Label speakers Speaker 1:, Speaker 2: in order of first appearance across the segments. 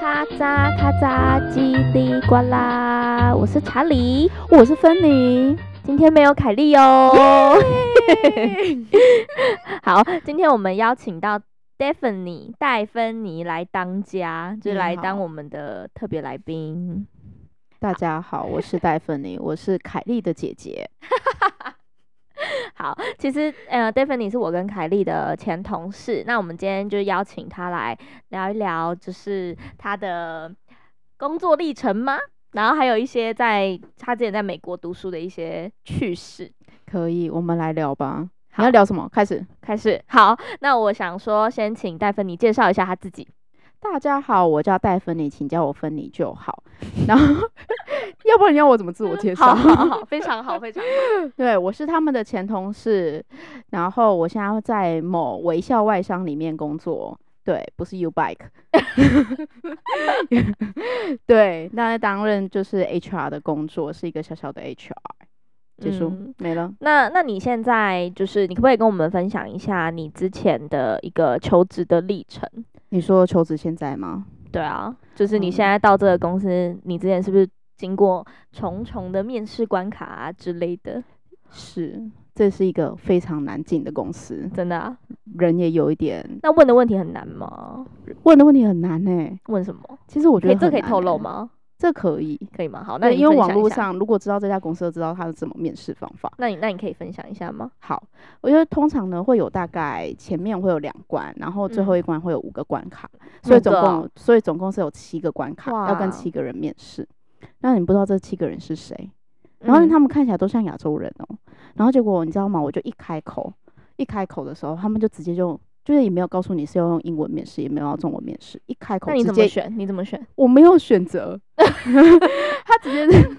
Speaker 1: 咔嚓咔嚓，叽里呱啦，我是查理，
Speaker 2: 我是芬妮。
Speaker 1: 今天没有凯莉哦。 好，今天我们邀请到 Stephanie 戴芬妮来当家，就
Speaker 2: 你
Speaker 1: 来
Speaker 2: 好
Speaker 1: 当我们的特别来宾。
Speaker 2: 大家好，我是戴芬妮，我是凯莉的姐姐。
Speaker 1: 好，其实呃，Stephanie 是我跟凯莉的前同事，那我们今天就邀请她来聊一聊，就是她的工作历程吗？然后还有一些在她之前在美国读书的一些趣事。
Speaker 2: 可以，我们来聊吧。你要聊什么？开始。
Speaker 1: 开始，好，那我想说，先请戴芬妮介绍一下她自己。
Speaker 2: 大家好，我叫戴芬妮，请叫我芬妮就 好。然后，要不然你要我怎么自我介
Speaker 1: 好嗯
Speaker 2: 绍？
Speaker 1: 好好好，非常好，非常好。
Speaker 2: 对，我是他们的前同事，然后我现在在某微笑外商里面工作。对，不是 U Bike。对，那担任就是 HR 的工作，是一个小小的 HR。结束、
Speaker 1: 嗯
Speaker 2: 没了。
Speaker 1: 那那你现在就是，你可不可以跟我们分享一下你之前的一个求职的历程？
Speaker 2: 你说求职现在吗？
Speaker 1: 对啊，就是你
Speaker 2: 嗯
Speaker 1: 现在到这个公司，你之前是不是经过重重的面试关卡啊之类
Speaker 2: 嗯
Speaker 1: 的？
Speaker 2: 是，这是一个非常难进的公司，
Speaker 1: 真的啊？
Speaker 2: 人也有一点
Speaker 1: 那问的问题很难吗？
Speaker 2: 问的问题很难呢、
Speaker 1: 问什么？
Speaker 2: 其实我觉
Speaker 1: 可以
Speaker 2: 得
Speaker 1: 这
Speaker 2: 很
Speaker 1: 可以
Speaker 2: 难
Speaker 1: 透露
Speaker 2: 欸？
Speaker 1: 吗？
Speaker 2: 这可以。
Speaker 1: 可以吗？好，那
Speaker 2: 对，
Speaker 1: 你
Speaker 2: 因为
Speaker 1: 分
Speaker 2: 网
Speaker 1: 享一
Speaker 2: 络
Speaker 1: 下，
Speaker 2: 上如果知道这家公司，就知道它是怎么面试方法。
Speaker 1: 那你那你可以分享一下吗？
Speaker 2: 好，我觉得通常呢会有大概前面会有两关，然后最
Speaker 1: 嗯
Speaker 2: 后一关会有五个关卡，所以总
Speaker 1: 五个
Speaker 2: 共
Speaker 1: 哦
Speaker 2: 有所以总共是有七个关卡，要
Speaker 1: 哇
Speaker 2: 跟七个人面试。那你不知道这七个人是谁，然后呢，
Speaker 1: 嗯
Speaker 2: 他们看起来都像亚洲人哦、然后结果你知道吗？我就一开口，一开口的时候，他们就直接就就是也没有告诉你是要用英文面试，也没有要中文面试，一开口
Speaker 1: 那你
Speaker 2: 直
Speaker 1: 怎么
Speaker 2: 接
Speaker 1: 选？你怎 么选？
Speaker 2: 我没有 选择，他直接是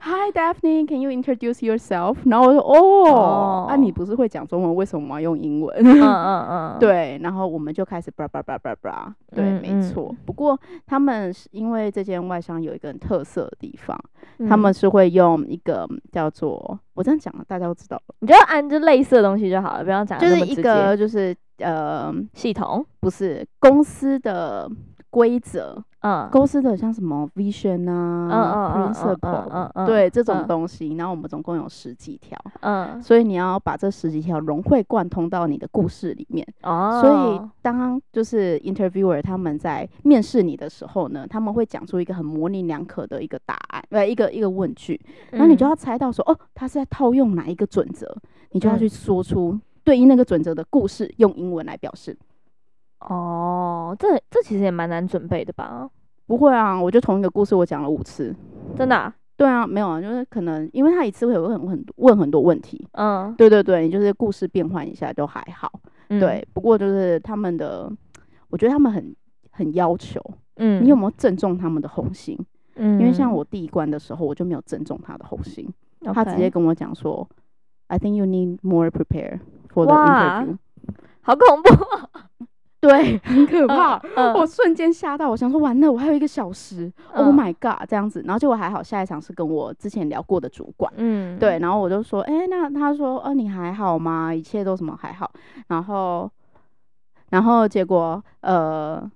Speaker 2: Hi Daphne，Can you introduce yourself？然后我就哦，那、
Speaker 1: 哦
Speaker 2: 你不是会讲中文，为什么要用英文？
Speaker 1: 嗯嗯嗯，
Speaker 2: 对，然后我们就开始 blah blah blah blah blah，对，
Speaker 1: 嗯
Speaker 2: 没
Speaker 1: 嗯
Speaker 2: 错。不过他们是因为这间外商有一个很特色的地方，
Speaker 1: 嗯，
Speaker 2: 他们是会用一个叫做，我这样讲大家都知道了，
Speaker 1: 你就按就类似的东西就好了，不要讲得
Speaker 2: 就
Speaker 1: 啊那
Speaker 2: 是
Speaker 1: 么
Speaker 2: 一
Speaker 1: 直接
Speaker 2: 个就是呃，
Speaker 1: 系统，
Speaker 2: 不是公司的规则，
Speaker 1: 嗯，
Speaker 2: 公司的像什么 vision
Speaker 1: 嗯
Speaker 2: 啊、
Speaker 1: 嗯嗯嗯
Speaker 2: principle
Speaker 1: 嗯嗯，
Speaker 2: 对这种
Speaker 1: 嗯
Speaker 2: 东西，然后我们总共有十几条，
Speaker 1: 嗯
Speaker 2: 所以你要把这十几条融会贯通到你的故事里面。
Speaker 1: 哦，
Speaker 2: 所以当就是 interviewer 他们在面试你的时候呢，他们会讲出一个很模棱两可的一个答案，呃，一个一个问句，然后你就
Speaker 1: 嗯
Speaker 2: 要猜到说，哦，他是在套用哪一个准则，你就要
Speaker 1: 嗯
Speaker 2: 去说出对应那个准则的故事，用英文来表示。
Speaker 1: 哦，这这其实也蛮难准备的吧？
Speaker 2: 不会啊，我就同一个故事我讲了五次。
Speaker 1: 真的啊，
Speaker 2: 对啊，没有啊，就是可能因为他一次会有很很问很多问题，
Speaker 1: 嗯，
Speaker 2: 对对对，你就是故事变换一下就还好。
Speaker 1: 嗯，
Speaker 2: 对，不过就是他们的，我觉得他们很很要求，
Speaker 1: 嗯，
Speaker 2: 你有没有正中他们的红心？
Speaker 1: 嗯，
Speaker 2: 因为像我第一关的时候，我就没有正中他的红心，他直
Speaker 1: OK
Speaker 2: 接跟我讲说，I think you need more prepare for the
Speaker 1: 哇
Speaker 2: interview。
Speaker 1: 好恐 怖哦，
Speaker 2: 对，很可怕。
Speaker 1: 嗯
Speaker 2: 我瞬间吓到，我想说完了，我还有一个小时、o h
Speaker 1: 嗯
Speaker 2: my god，这样子。然后结果还好，下一场是跟我之前聊过的主管，
Speaker 1: 嗯，
Speaker 2: 对，，然后我就说，哎、那他说，哦，你还好吗？一切都什么还好？然后，然后结果，呃，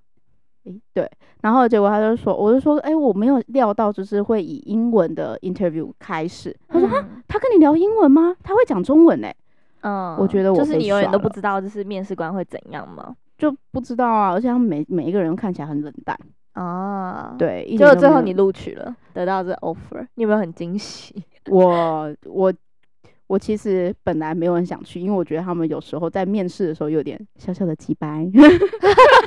Speaker 2: 诶、对，然后结果他就说，我就说，哎、我没有料到，就是会以英文的 interview 开始。他说，哈，
Speaker 1: 嗯
Speaker 2: 他跟你聊英文吗？他会讲中文嘞、
Speaker 1: 嗯，
Speaker 2: 我觉得
Speaker 1: 就
Speaker 2: 我
Speaker 1: 是
Speaker 2: 被
Speaker 1: 你永远
Speaker 2: 耍
Speaker 1: 都不
Speaker 2: 了
Speaker 1: 知道，就是面试官会怎样吗？
Speaker 2: 就不知道啊。而且他们每每一个人看起来很冷淡，
Speaker 1: 啊，，
Speaker 2: 对，一
Speaker 1: 嗯结
Speaker 2: 点
Speaker 1: 果
Speaker 2: 都
Speaker 1: 最
Speaker 2: 没
Speaker 1: 后
Speaker 2: 有
Speaker 1: 你录取了，得到这 offer，你有没有很惊喜？
Speaker 2: 我我我其实本来没有很想去，因为我觉得他们有时候在面试的时候有点小小的鸡掰。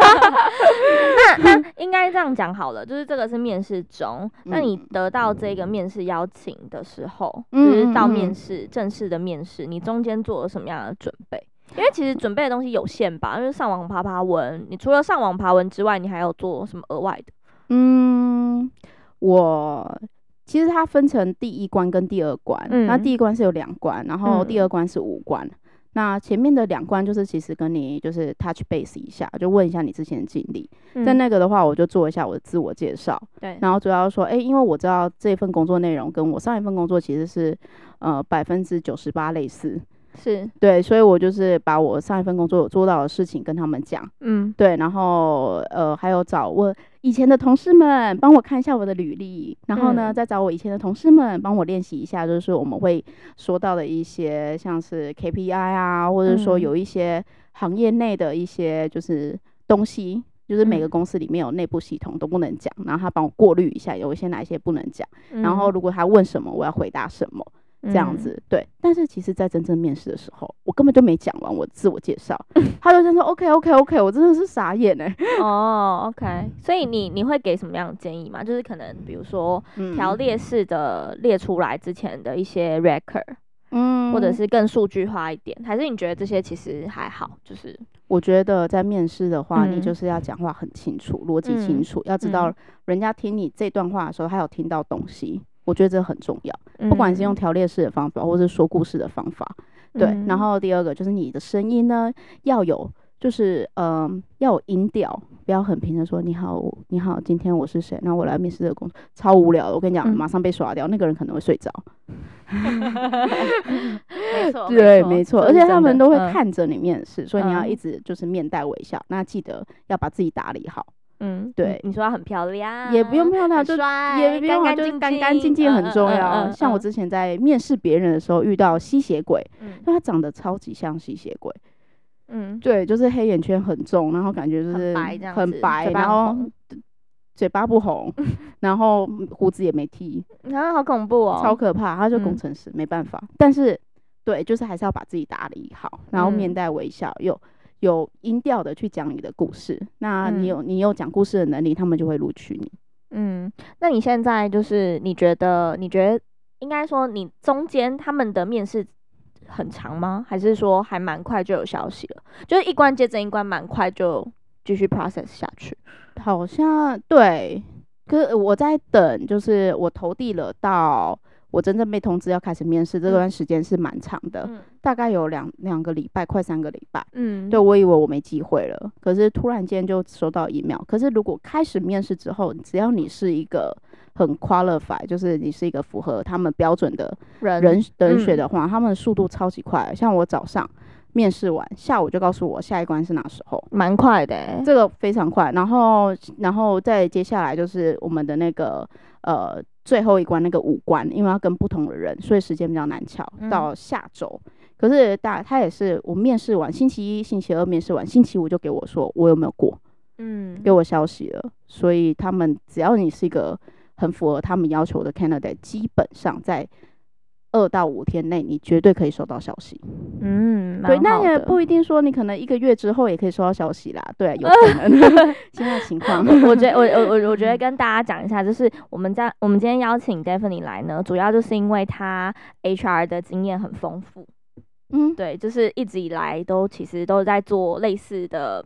Speaker 1: 那那应该这样讲好了，就是这个是面试中，那你
Speaker 2: 嗯
Speaker 1: 得到这个面试邀请的时候，
Speaker 2: 嗯
Speaker 1: 就是到
Speaker 2: 嗯
Speaker 1: 面
Speaker 2: 嗯
Speaker 1: 试正式的面试，你中间做了什么样的准备？因为其实准备的东西有限吧，因为上网爬爬文，你除了上网爬文之外，你还有做什么额外的？
Speaker 2: 嗯，我其实它分成第一关跟第二关，那
Speaker 1: 嗯
Speaker 2: 第一关是有两关，然后第
Speaker 1: 嗯
Speaker 2: 二关是五关。那前面的两关就是其实跟你就是 touch base 一下，就问一下你之前的经历。在
Speaker 1: 嗯
Speaker 2: 那个的话，我就做一下我的自我介绍，
Speaker 1: 对，
Speaker 2: 然后主要说，哎、因为我知道这份工作内容跟我上一份工作其实是呃百分之九十八类似，
Speaker 1: 是，
Speaker 2: 对，所以我就是把我上一份工作有做到的事情跟他们讲，
Speaker 1: 嗯，
Speaker 2: 对，然后呃，还有找我以前的同事们帮我看一下我的履历，然后呢，
Speaker 1: 嗯
Speaker 2: 再找我以前的同事们帮我练习一下，就是我们会说到的一些像是 KPI 啊，或者说
Speaker 1: 嗯
Speaker 2: 有一些行业内的一些就是东西。就是每
Speaker 1: 嗯
Speaker 2: 个公司里面有内部系统都不能讲，然后他帮我过滤一下，有一些哪一些不能讲，
Speaker 1: 嗯
Speaker 2: 然后如果他问什么，我要回答什么，
Speaker 1: 这
Speaker 2: 这样，子，对。但是其实，在真正面试的时候，我根本就没讲完我自我介绍，他就先说 OK OK OK，我真的是傻眼 哎、
Speaker 1: 嗯哦，OK，所以你你会给什么样的建议吗？就是可能比如说
Speaker 2: 嗯
Speaker 1: 条列式的列出来之前的一些 record，
Speaker 2: 嗯
Speaker 1: 或者是更数据化一点，还是你觉得这些其实还好？就是
Speaker 2: 我觉得在面试的话，
Speaker 1: 嗯
Speaker 2: 你就是要讲话很清楚，逻辑
Speaker 1: 嗯
Speaker 2: 清楚，要知道
Speaker 1: 嗯
Speaker 2: 人家听你这段话的时候，他有听到东西。我觉得这很重要，
Speaker 1: 嗯
Speaker 2: 不管是用条列式的方法，或是说故事的方法，对。
Speaker 1: 嗯
Speaker 2: 然后第二个就是你的声音呢，要有，就是嗯、要有音调，不要很平的说你好，我你好，今天我是谁，那我来面试这个工作，超无聊的。我跟你讲，
Speaker 1: 嗯
Speaker 2: 马上被刷掉，那个人可能会睡着。
Speaker 1: 哦没错，
Speaker 2: 对，没错，
Speaker 1: 这
Speaker 2: 而
Speaker 1: 是
Speaker 2: 且
Speaker 1: 真
Speaker 2: 他们
Speaker 1: 的
Speaker 2: 都会
Speaker 1: 嗯
Speaker 2: 看着你面试，所以你要
Speaker 1: 嗯
Speaker 2: 一直就是面带微笑。那记得要把自己打理好，
Speaker 1: 嗯，
Speaker 2: 对
Speaker 1: 你你说她很漂亮，
Speaker 2: 也不用漂亮，
Speaker 1: 啊很
Speaker 2: 就
Speaker 1: 帅
Speaker 2: 也不用啊
Speaker 1: 干
Speaker 2: 就是
Speaker 1: 净
Speaker 2: 干干净净
Speaker 1: 嗯
Speaker 2: 很
Speaker 1: 嗯
Speaker 2: 重
Speaker 1: 嗯
Speaker 2: 要。啊
Speaker 1: 嗯
Speaker 2: 像我
Speaker 1: 嗯
Speaker 2: 之前在面试别人的时候遇到吸血鬼，
Speaker 1: 嗯
Speaker 2: 因为他长得超级像吸血鬼，
Speaker 1: 嗯，
Speaker 2: 对，就是黑眼圈很重，然后感觉就
Speaker 1: 很
Speaker 2: 是
Speaker 1: 白这样子
Speaker 2: 很白，
Speaker 1: 嘴巴
Speaker 2: 然
Speaker 1: 很
Speaker 2: 后
Speaker 1: 红
Speaker 2: 嘴巴 不红，然后胡子也没剃，
Speaker 1: 啊，好恐怖哦，
Speaker 2: 超可怕。他就工
Speaker 1: 嗯
Speaker 2: 程师，没办法。但是，对，就是还是要把自己打理好，然后面
Speaker 1: 嗯
Speaker 2: 带微笑，有有音调的去讲你的故事。那
Speaker 1: 嗯
Speaker 2: 你有你有讲故事的能力，他们就会录取你。
Speaker 1: 嗯，那你现在就是你觉得，你觉得应该说你中间他们的面试很长吗？还是说还蛮快就有消息了？就是一关接着一关，蛮快就继续 process 下去。
Speaker 2: 好像对，可是我在等，就是我投递了到。我真正被通知要开始面试，这
Speaker 1: 嗯
Speaker 2: 段时间是蛮长的，
Speaker 1: 嗯
Speaker 2: 大概有两两个礼拜，快三个礼拜。
Speaker 1: 嗯，
Speaker 2: 对，我以为我没机会了，可是突然间就收到 email。可是如果开始面试之后，只要你是一个很 qualify，就是你是一个符合他们标准的
Speaker 1: 人
Speaker 2: 人人选
Speaker 1: 嗯
Speaker 2: 的话，他们的速度超级快。像我早上面试完，下午就告诉我下一关是哪时候，
Speaker 1: 蛮快的欸、
Speaker 2: 这个非常快。然后，然后再接下来就是我们的那个呃最后一关那个五关，因为要跟不同的人，所以时间比较难敲
Speaker 1: 嗯。
Speaker 2: 到下周，可是大他也是我面试完星期一、星期二面试完，星期五就给我说我有没有过，
Speaker 1: 嗯，
Speaker 2: 给我消息了。所以他们只要你是一个很符合他们要求的 candidate，基本上在。二到五天内，你绝对可以收到消息。
Speaker 1: 嗯，
Speaker 2: 对，
Speaker 1: 蛮
Speaker 2: 那
Speaker 1: 好
Speaker 2: 也
Speaker 1: 的
Speaker 2: 不一定说你可能一个月之后也可以收到消息啦。对，啊有可能 现在情况。
Speaker 1: 我觉得我我我我觉得跟大家讲一下，就是我们在我们今天邀请 Daphne 来呢，主要就是因为她 HR 的经验很丰富，
Speaker 2: 嗯，
Speaker 1: 对，就是一直以来都其实都在做类似的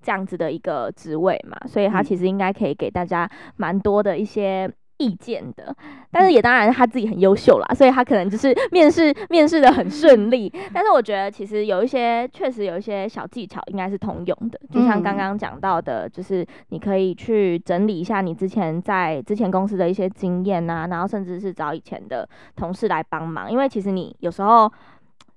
Speaker 1: 这样子的一个职位嘛，所以她
Speaker 2: 嗯
Speaker 1: 其实应该可以给大家蛮多的一些。意见的，但
Speaker 2: 嗯
Speaker 1: 是也当然她自己很优秀啦，所以她可能就是面试面试的很顺利。
Speaker 2: 嗯
Speaker 1: 但是我觉得其实有一些确实有一些小技巧应该是通用的，就像刚刚。
Speaker 2: 嗯
Speaker 1: 刚讲到的，就是你可以去整理一下你之前在之前公司的一些经验啊，然后甚至是找以前的同事来帮忙，因为其实你有时候，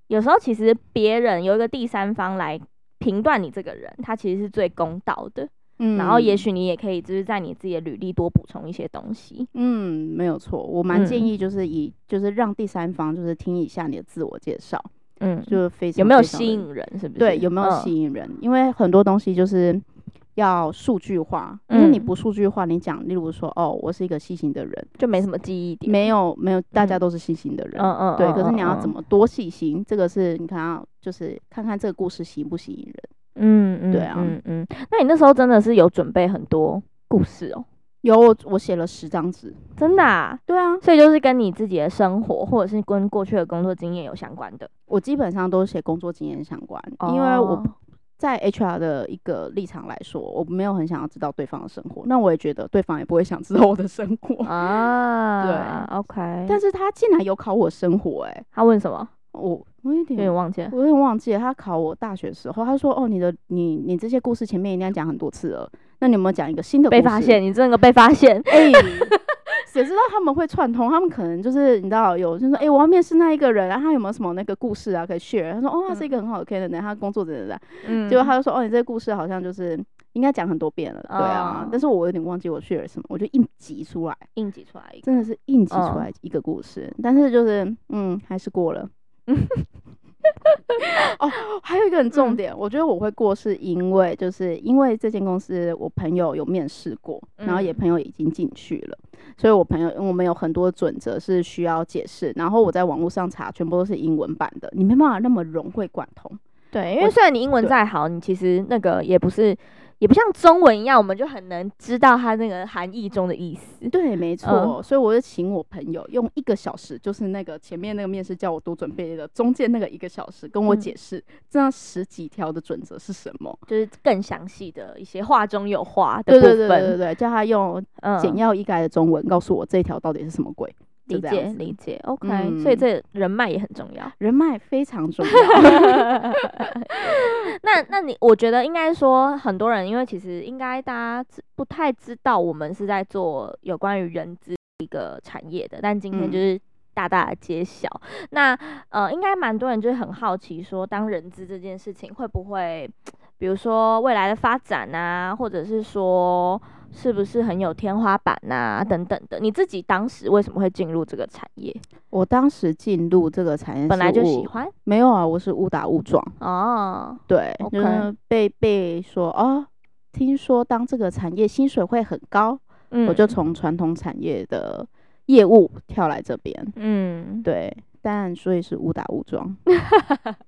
Speaker 1: 有时候其实别人有一个第三方来评断你这个人，他其实是最公道的。
Speaker 2: 嗯
Speaker 1: 然后也许你也可以就是在你自己的履历多补充一些东西。
Speaker 2: 嗯，没有错，我蛮建
Speaker 1: 嗯
Speaker 2: 议就是以、就是让第三方就是听一下你的自我介绍，
Speaker 1: 嗯，
Speaker 2: 就是非常
Speaker 1: 有没有
Speaker 2: 非常
Speaker 1: 吸
Speaker 2: 的
Speaker 1: 引人？是不是？
Speaker 2: 对有没有
Speaker 1: 嗯
Speaker 2: 吸引人，因为很多东西就是要数据化，因为你
Speaker 1: 嗯
Speaker 2: 不数据化，你讲例如说哦，我是一个细心的人，
Speaker 1: 就没什么记忆点？
Speaker 2: 没有没有，大家
Speaker 1: 嗯
Speaker 2: 都是细心的人，
Speaker 1: 嗯，嗯嗯，
Speaker 2: 对，可是你要
Speaker 1: 嗯
Speaker 2: 怎？么多细心，这个是你看要就是看看这个故事吸不吸引人。
Speaker 1: 嗯嗯，
Speaker 2: 对啊
Speaker 1: 嗯嗯。那你那时候真的是有准备很多故事哦，
Speaker 2: 有我我写了十张纸，
Speaker 1: 真的啊。
Speaker 2: 对啊，
Speaker 1: 所以就是跟你自己的生活，或者是跟过去的工作经验有相 关的，
Speaker 2: 我基本上都写工作经验相关，因为我
Speaker 1: 哦
Speaker 2: 在 HR 的一个立场来说，我没有很想要知道对方的生活，那我也觉得对方也不会想知道我的生活。
Speaker 1: 啊，对，OK。
Speaker 2: 但是他竟然有考我生活、欸，
Speaker 1: 他问什么？
Speaker 2: 我我有
Speaker 1: 有
Speaker 2: 点
Speaker 1: 点忘记了。
Speaker 2: 我有点忘记了，他考我大学时候，他说哦，你的你你这些故事前面一定要讲很多次了，那你有没有讲一个新的故
Speaker 1: 被
Speaker 2: 事？
Speaker 1: 发现，你真的被发现，
Speaker 2: 哎、也知道他们会串通，他们可能就是你知道有就是说，哎、我要面试那一个人啊，他有没有什么那个故事啊可以 share？他说，哦，他是一个很好的 candidate，他工作怎样怎样。
Speaker 1: 嗯
Speaker 2: 结果他就说，哦，你这个故事好像就是应该讲很多遍了，对啊
Speaker 1: 哦。
Speaker 2: 但是我有点忘记我 share 什么，我就硬挤出来，
Speaker 1: 硬挤出来一个，
Speaker 2: 真的是硬挤
Speaker 1: 嗯
Speaker 2: 出来一个故事。但是就是，嗯，还是 过了。哦，还有一个很重
Speaker 1: 嗯
Speaker 2: 点，我觉得我会过，是因为就是因为这间公司我朋友有面试过，然后也
Speaker 1: 嗯
Speaker 2: 朋友已经进去了，所以我朋友我们有很多准则是需要解释，然后我在网络上查，全部都是英文版的，你没办法那么融会贯通。
Speaker 1: 对，因
Speaker 2: 我
Speaker 1: 为虽然你英文
Speaker 2: 对
Speaker 1: 再好，你其实那个也不是，也不像中文一样，我们就很能知道它那个含义中的意思。
Speaker 2: 对，没错，
Speaker 1: 嗯
Speaker 2: 所以我就请我朋友用一个小时，就是那个前面那个面试叫我多准备的，中间那个一个小时跟我
Speaker 1: 嗯
Speaker 2: 解释这样十几条的准则是什么。
Speaker 1: 就是更详细的一些话中有话的
Speaker 2: 对
Speaker 1: 部
Speaker 2: 对
Speaker 1: 分，
Speaker 2: 对对对对，叫他用
Speaker 1: 嗯，
Speaker 2: 简要一改的中文告诉我这条到底是什么鬼。就
Speaker 1: 理
Speaker 2: 这
Speaker 1: 解
Speaker 2: 样子
Speaker 1: 理解，OK，、
Speaker 2: 嗯
Speaker 1: 所以这人脉也很重要。
Speaker 2: 人脉非 常重要。
Speaker 1: 那那你我觉得应该说很多人，因为其实应该大家知不太知道我们是在做有关于人资一个产业的，但今天
Speaker 2: 嗯
Speaker 1: 就是大大的揭晓。那呃，应该蛮多人就是很好奇说，当人资这件事情会不会，比如说未来的发展啊，或者是说是不是很有天花板啊等等的。你自己当时为什么会进入这个产业？
Speaker 2: 我当时进入这个产业，
Speaker 1: 本来就喜，欢
Speaker 2: 没有啊，我是误打误撞，
Speaker 1: 哦，
Speaker 2: 对
Speaker 1: OK
Speaker 2: 就是被被说哦，听说当这个产业薪水会很高，
Speaker 1: 嗯
Speaker 2: 我就从传统产业的业务跳来这边，
Speaker 1: 嗯
Speaker 2: 对，但所以是误打误撞。嗯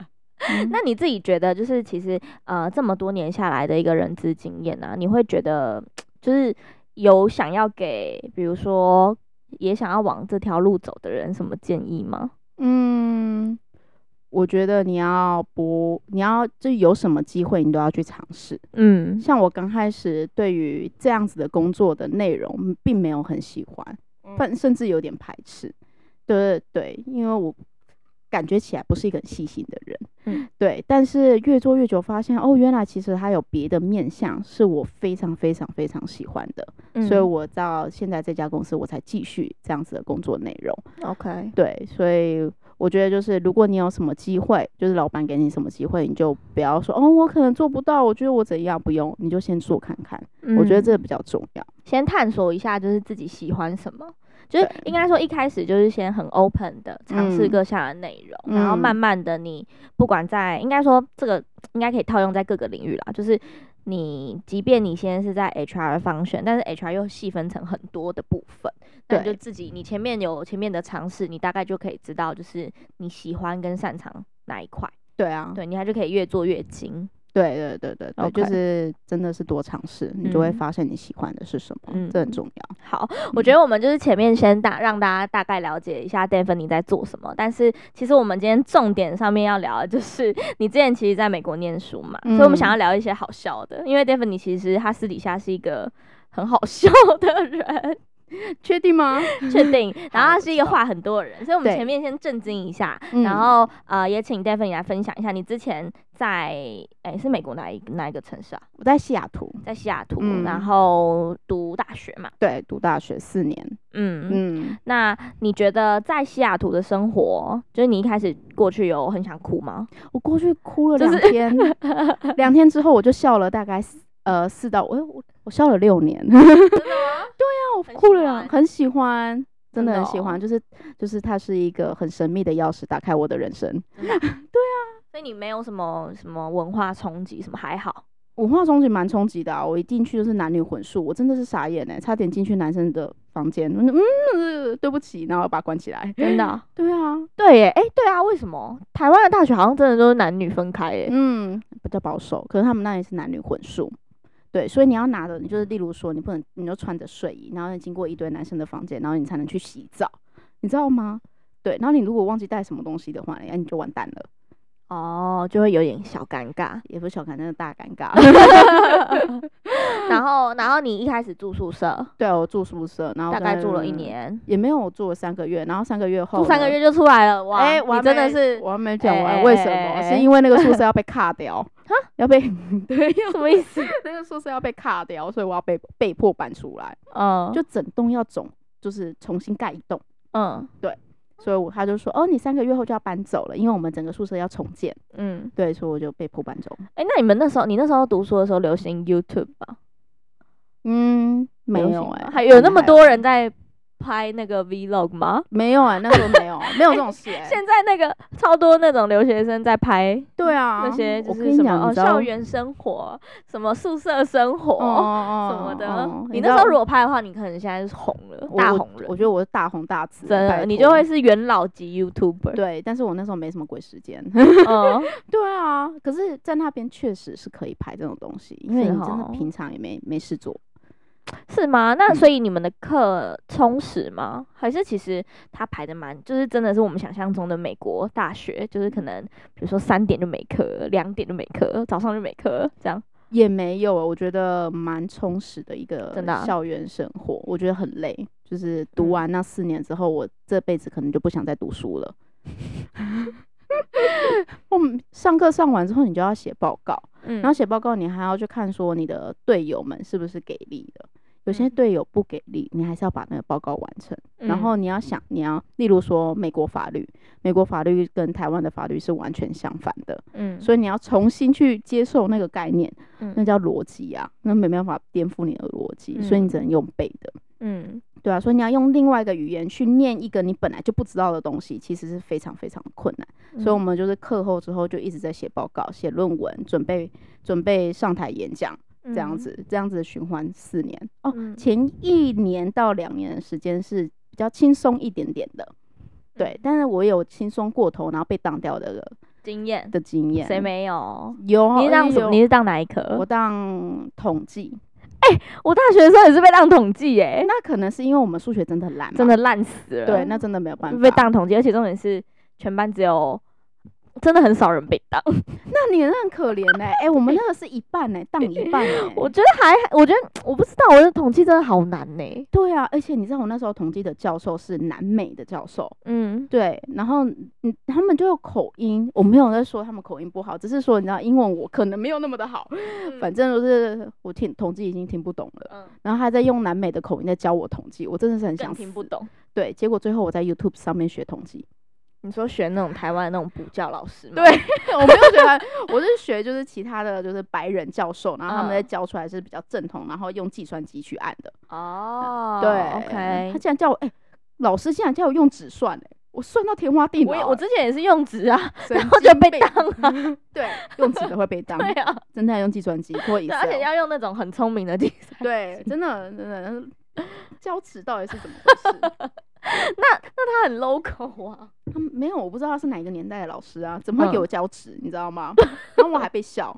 Speaker 1: 那你自己觉得，就是其实呃，这么多年下来的一个人资经验啊，你会觉得就是有想要给，比如说也想要往这条路走的人什么建议吗？
Speaker 2: 嗯，我觉得你要不，你要就有什么机会，你都要去尝试。
Speaker 1: 嗯
Speaker 2: 像我刚开始对于这样子的工作的内容，嗯并没有很喜欢，但甚至有点排斥。对对对，因为我感觉起来不是一个很细心的人。
Speaker 1: 嗯，
Speaker 2: 对。但是越做越久，发现哦，原来其实还有别的面向是我非常非常非常喜欢的，
Speaker 1: 嗯
Speaker 2: 所以我到现在这家公司，我才继续这样子的工作内容。
Speaker 1: OK，
Speaker 2: 对，所以我觉得就是，如果你有什么机会，就是老板给你什么机会，你就不要说哦，我可能做不到，我觉得我怎样，不用，你就先做看看。我觉得这个比较重要。
Speaker 1: 先探索一下，就是自己喜欢什么。就是
Speaker 2: 对
Speaker 1: 应该说一开始就是先很 open 的尝试
Speaker 2: 嗯
Speaker 1: 各项的内容，然后
Speaker 2: 嗯
Speaker 1: 慢慢的你不管在应该说这个应该可以套用在各个领域啦，就是你即便你现在是在 HR 方选，但是 HR 又细分成很多的部分，那你就
Speaker 2: 对
Speaker 1: 自己你前面有前面的尝试，你大概就可以知道就是你喜欢跟擅长哪一块，
Speaker 2: 对啊，
Speaker 1: 对你还就可以越做越精。
Speaker 2: 对对对对对
Speaker 1: OK
Speaker 2: 就是真的是多尝试，你就会
Speaker 1: 嗯
Speaker 2: 发现你喜欢的是什么，
Speaker 1: 嗯
Speaker 2: 这很重要。
Speaker 1: 好，我
Speaker 2: 嗯
Speaker 1: 觉得我们就是前面先大让大家大概了解一下 d a v i n 你在做什么，但是其实我们今天重点上面要聊的就是你之前其实在美国念书嘛，所以我们想
Speaker 2: 嗯
Speaker 1: 要聊一些好笑的，因为 d a v i n 你其实他私底下是一个很好笑的人，
Speaker 2: 确定吗？
Speaker 1: 确定， 然后
Speaker 2: 好
Speaker 1: 他
Speaker 2: 我
Speaker 1: 是
Speaker 2: 知
Speaker 1: 一个
Speaker 2: 道
Speaker 1: 话很多的人，所以我们
Speaker 2: 对
Speaker 1: 前面先震惊一下，
Speaker 2: 嗯
Speaker 1: 然后呃也请 d a v i n 来分享一下你之前在诶是美国哪一哪一个城市啊，
Speaker 2: 我在西雅图，
Speaker 1: 在西雅图，
Speaker 2: 嗯
Speaker 1: 然后读大学嘛，
Speaker 2: 对，读大学四年，
Speaker 1: 嗯
Speaker 2: 嗯，
Speaker 1: 那你觉得在西雅图的生活，就是你一开始过去有很想哭吗？
Speaker 2: 我过去哭了
Speaker 1: 就
Speaker 2: 两
Speaker 1: 是
Speaker 2: 天，两天之后我就笑了大概四呃四到我我我笑了六年。
Speaker 1: 真的吗？
Speaker 2: 我
Speaker 1: 啊很
Speaker 2: 哭
Speaker 1: 喜
Speaker 2: 了两，
Speaker 1: 欢
Speaker 2: 很喜欢，
Speaker 1: 真
Speaker 2: 真的
Speaker 1: 的
Speaker 2: 很喜欢，
Speaker 1: 哦
Speaker 2: 就是就是它是一个很神秘的钥匙，打开我的人生。
Speaker 1: 所以你没有什么什么文化冲击，什么还好，
Speaker 2: 文化冲击蛮冲击的啊！我一进去就是男女混宿，我真的是傻眼哎、差点进去男生的房间，嗯嗯，对不起，然后把它关起来。
Speaker 1: 真的哦、
Speaker 2: 对啊，
Speaker 1: 对耶，哎、对啊，为什么台湾的大学好像真的都是男女分开耶？
Speaker 2: 嗯，比较保守，可是他们那里是男女混宿。对，所以你要拿的，你就是例如说，你不能，你就穿着睡衣，然后你经过一堆男生的房间，然后你才能去洗澡，你知道吗？对，然后你如果忘记带什么东西的话，哎，你就完蛋了。
Speaker 1: 哦，就会有点小尴 尬。
Speaker 2: 也不是小尴尬，那是大尴尬。
Speaker 1: 然后，然后你一开始住宿舍，
Speaker 2: 对，啊我住宿舍，然后
Speaker 1: 大概
Speaker 2: 跟
Speaker 1: 住了一，年，
Speaker 2: 也没有我住了三个月，然后三个月后
Speaker 1: 住三个
Speaker 2: 呢，
Speaker 1: 月就出来了，哇！
Speaker 2: 哎、我
Speaker 1: 你真的 是
Speaker 2: 我还没讲
Speaker 1: 哎
Speaker 2: 完，
Speaker 1: 哎
Speaker 2: 为什么？
Speaker 1: 哎哎哎
Speaker 2: 是因为那个宿舍要被卡 掉，要被对，要
Speaker 1: 什么意 思？
Speaker 2: 那个宿舍要被卡掉，所以我要被被迫搬出来，
Speaker 1: 嗯，
Speaker 2: 就整栋要总就是重新盖一栋，
Speaker 1: 嗯
Speaker 2: 所以我他就说哦，你三个月后就要搬走了，因为我们整个宿舍要重建，
Speaker 1: 嗯，
Speaker 2: 对，所以我就被迫搬走。
Speaker 1: 哎、那你们那时候，你那时候读书的时候流行 YouTube 吧？
Speaker 2: 嗯，没
Speaker 1: 流
Speaker 2: 有
Speaker 1: 行
Speaker 2: 哎、
Speaker 1: 吗还有那么多人
Speaker 2: 在，
Speaker 1: 在拍那个 Vlog 吗？
Speaker 2: 没有哎、那时候没有，没有这 种事哎、
Speaker 1: 现在那个超多那种留学生在拍
Speaker 2: 对啊，
Speaker 1: 那些就
Speaker 2: 我
Speaker 1: 是
Speaker 2: 跟
Speaker 1: 什
Speaker 2: 你
Speaker 1: 么
Speaker 2: 讲，
Speaker 1: 哦
Speaker 2: 你知道
Speaker 1: 校园生活、什么宿舍生活、
Speaker 2: 哦
Speaker 1: 什么的。
Speaker 2: 哦
Speaker 1: 你那时
Speaker 2: 知
Speaker 1: 候
Speaker 2: 道
Speaker 1: 如果拍的话，你可能现在是红了，
Speaker 2: 我
Speaker 1: 大
Speaker 2: 我
Speaker 1: 红人，
Speaker 2: 我觉得我是大红大紫，
Speaker 1: 真
Speaker 2: 拜
Speaker 1: 的，你
Speaker 2: 托
Speaker 1: 就会是元老级 YouTuber。
Speaker 2: 对，但是我那时候没什么鬼时间。
Speaker 1: 嗯，
Speaker 2: 对啊，可是，在那边确实是可以拍这种东西，因为
Speaker 1: 是
Speaker 2: 你真的
Speaker 1: 哦
Speaker 2: 平常也没没事做。
Speaker 1: 是吗？那
Speaker 2: 嗯
Speaker 1: 所以你们的课充实吗？还是其实它排的蛮，就是真的是我们想象中的美国大学，就是可能比如说三点就没课，两点就没课，早上就没课这样。
Speaker 2: 也没有，啊我觉得蛮充实的一个
Speaker 1: 真的啊
Speaker 2: 校园生活。我觉得很累，就是读
Speaker 1: 嗯
Speaker 2: 完那四年之后，我这辈子可能就不想再读 书了。我们上课上完之后，你就要写报告，
Speaker 1: 嗯
Speaker 2: 然后写报告你还要去看说你的队友们是不是给力的。有些
Speaker 1: 嗯
Speaker 2: 队友不给力，你还是要把那个报告完成。然后你要想，你要例如说美国法律，美国法律跟台湾的法律是完全相反的，
Speaker 1: 嗯，
Speaker 2: 所以你要重新去接受那个概念，
Speaker 1: 嗯
Speaker 2: 那叫逻辑啊，那没办法颠覆你的逻辑，所以你只能用背的，
Speaker 1: 嗯
Speaker 2: 对啊，所以你要用另外一个语言去念一个你本来就不知道的东西，其实是非常非常困难。
Speaker 1: 嗯，
Speaker 2: 所以我们就是课后之后就一直在写报告、写论文，准备准备上台演讲，
Speaker 1: 这
Speaker 2: 这样，子，这样子循环四年。哦，
Speaker 1: 嗯
Speaker 2: 前一年到两年的时间是比较轻松一点点的，对
Speaker 1: 嗯，
Speaker 2: 但是我有轻松过头，然后被当掉的
Speaker 1: 经验
Speaker 2: 的经验。
Speaker 1: 谁没有？
Speaker 2: 有？啊
Speaker 1: 你是当什么？
Speaker 2: 有
Speaker 1: 你呃是当哪一科？
Speaker 2: 我当统计，
Speaker 1: 我大学的时候也是被当统计耶，
Speaker 2: 那可能是因为我们数学真的很烂嘛，
Speaker 1: 真的烂死了。
Speaker 2: 对，啊那真的没有办法。
Speaker 1: 被当统计，而且重点是全班只有真的很少人被当。
Speaker 2: 那你很可怜呢、哎、我们那个是一半 呢、当一半、欸。
Speaker 1: 我觉得还，我觉得我不知道，我觉得统计真的好难呢、
Speaker 2: 对啊，而且你知道我那时候统计的教授是南美的教授，
Speaker 1: 嗯，
Speaker 2: 对，然后嗯，他们就有口音，我没有在说他们口音不好，只是说你知道英文我可能没有那么的好，反正就是我听统计已经听不懂了，
Speaker 1: 嗯，
Speaker 2: 然后他在用南美的口音在教我统计，我真的是很
Speaker 1: 更
Speaker 2: 想
Speaker 1: 听不
Speaker 2: 死。
Speaker 1: 懂。
Speaker 2: 对，结果最后我在 YouTube 上面学 统计，
Speaker 1: 你说学那种台湾那种补教老师吗？
Speaker 2: 对我没有学他，我是学就是其他的就是白人教授，然后他们在
Speaker 1: 嗯
Speaker 2: 教出来是比较正统，然后用计算机去按的。
Speaker 1: 哦，
Speaker 2: 对
Speaker 1: ，OK
Speaker 2: 他。竟然叫我哎、老师竟然叫我用纸算哎、我算到天花地脑
Speaker 1: 我
Speaker 2: 欸、
Speaker 1: 也我之前也是用纸啊，
Speaker 2: 神
Speaker 1: 然后就
Speaker 2: 经
Speaker 1: 被
Speaker 2: 病
Speaker 1: 当了。
Speaker 2: 对，用纸的会被当，
Speaker 1: 对啊，
Speaker 2: 真的要用计算机 或 e
Speaker 1: 对，啊而且
Speaker 2: x
Speaker 1: 要用那种很聪明的计算。
Speaker 2: 对，真的真的，交尺到底是怎么回事？
Speaker 1: 那 他很 local 啊。
Speaker 2: 他们嗯没有，我不知道他是哪一个年代的老师啊，怎么会给
Speaker 1: 嗯
Speaker 2: 我交尺？你知 道吗？然后我还被笑。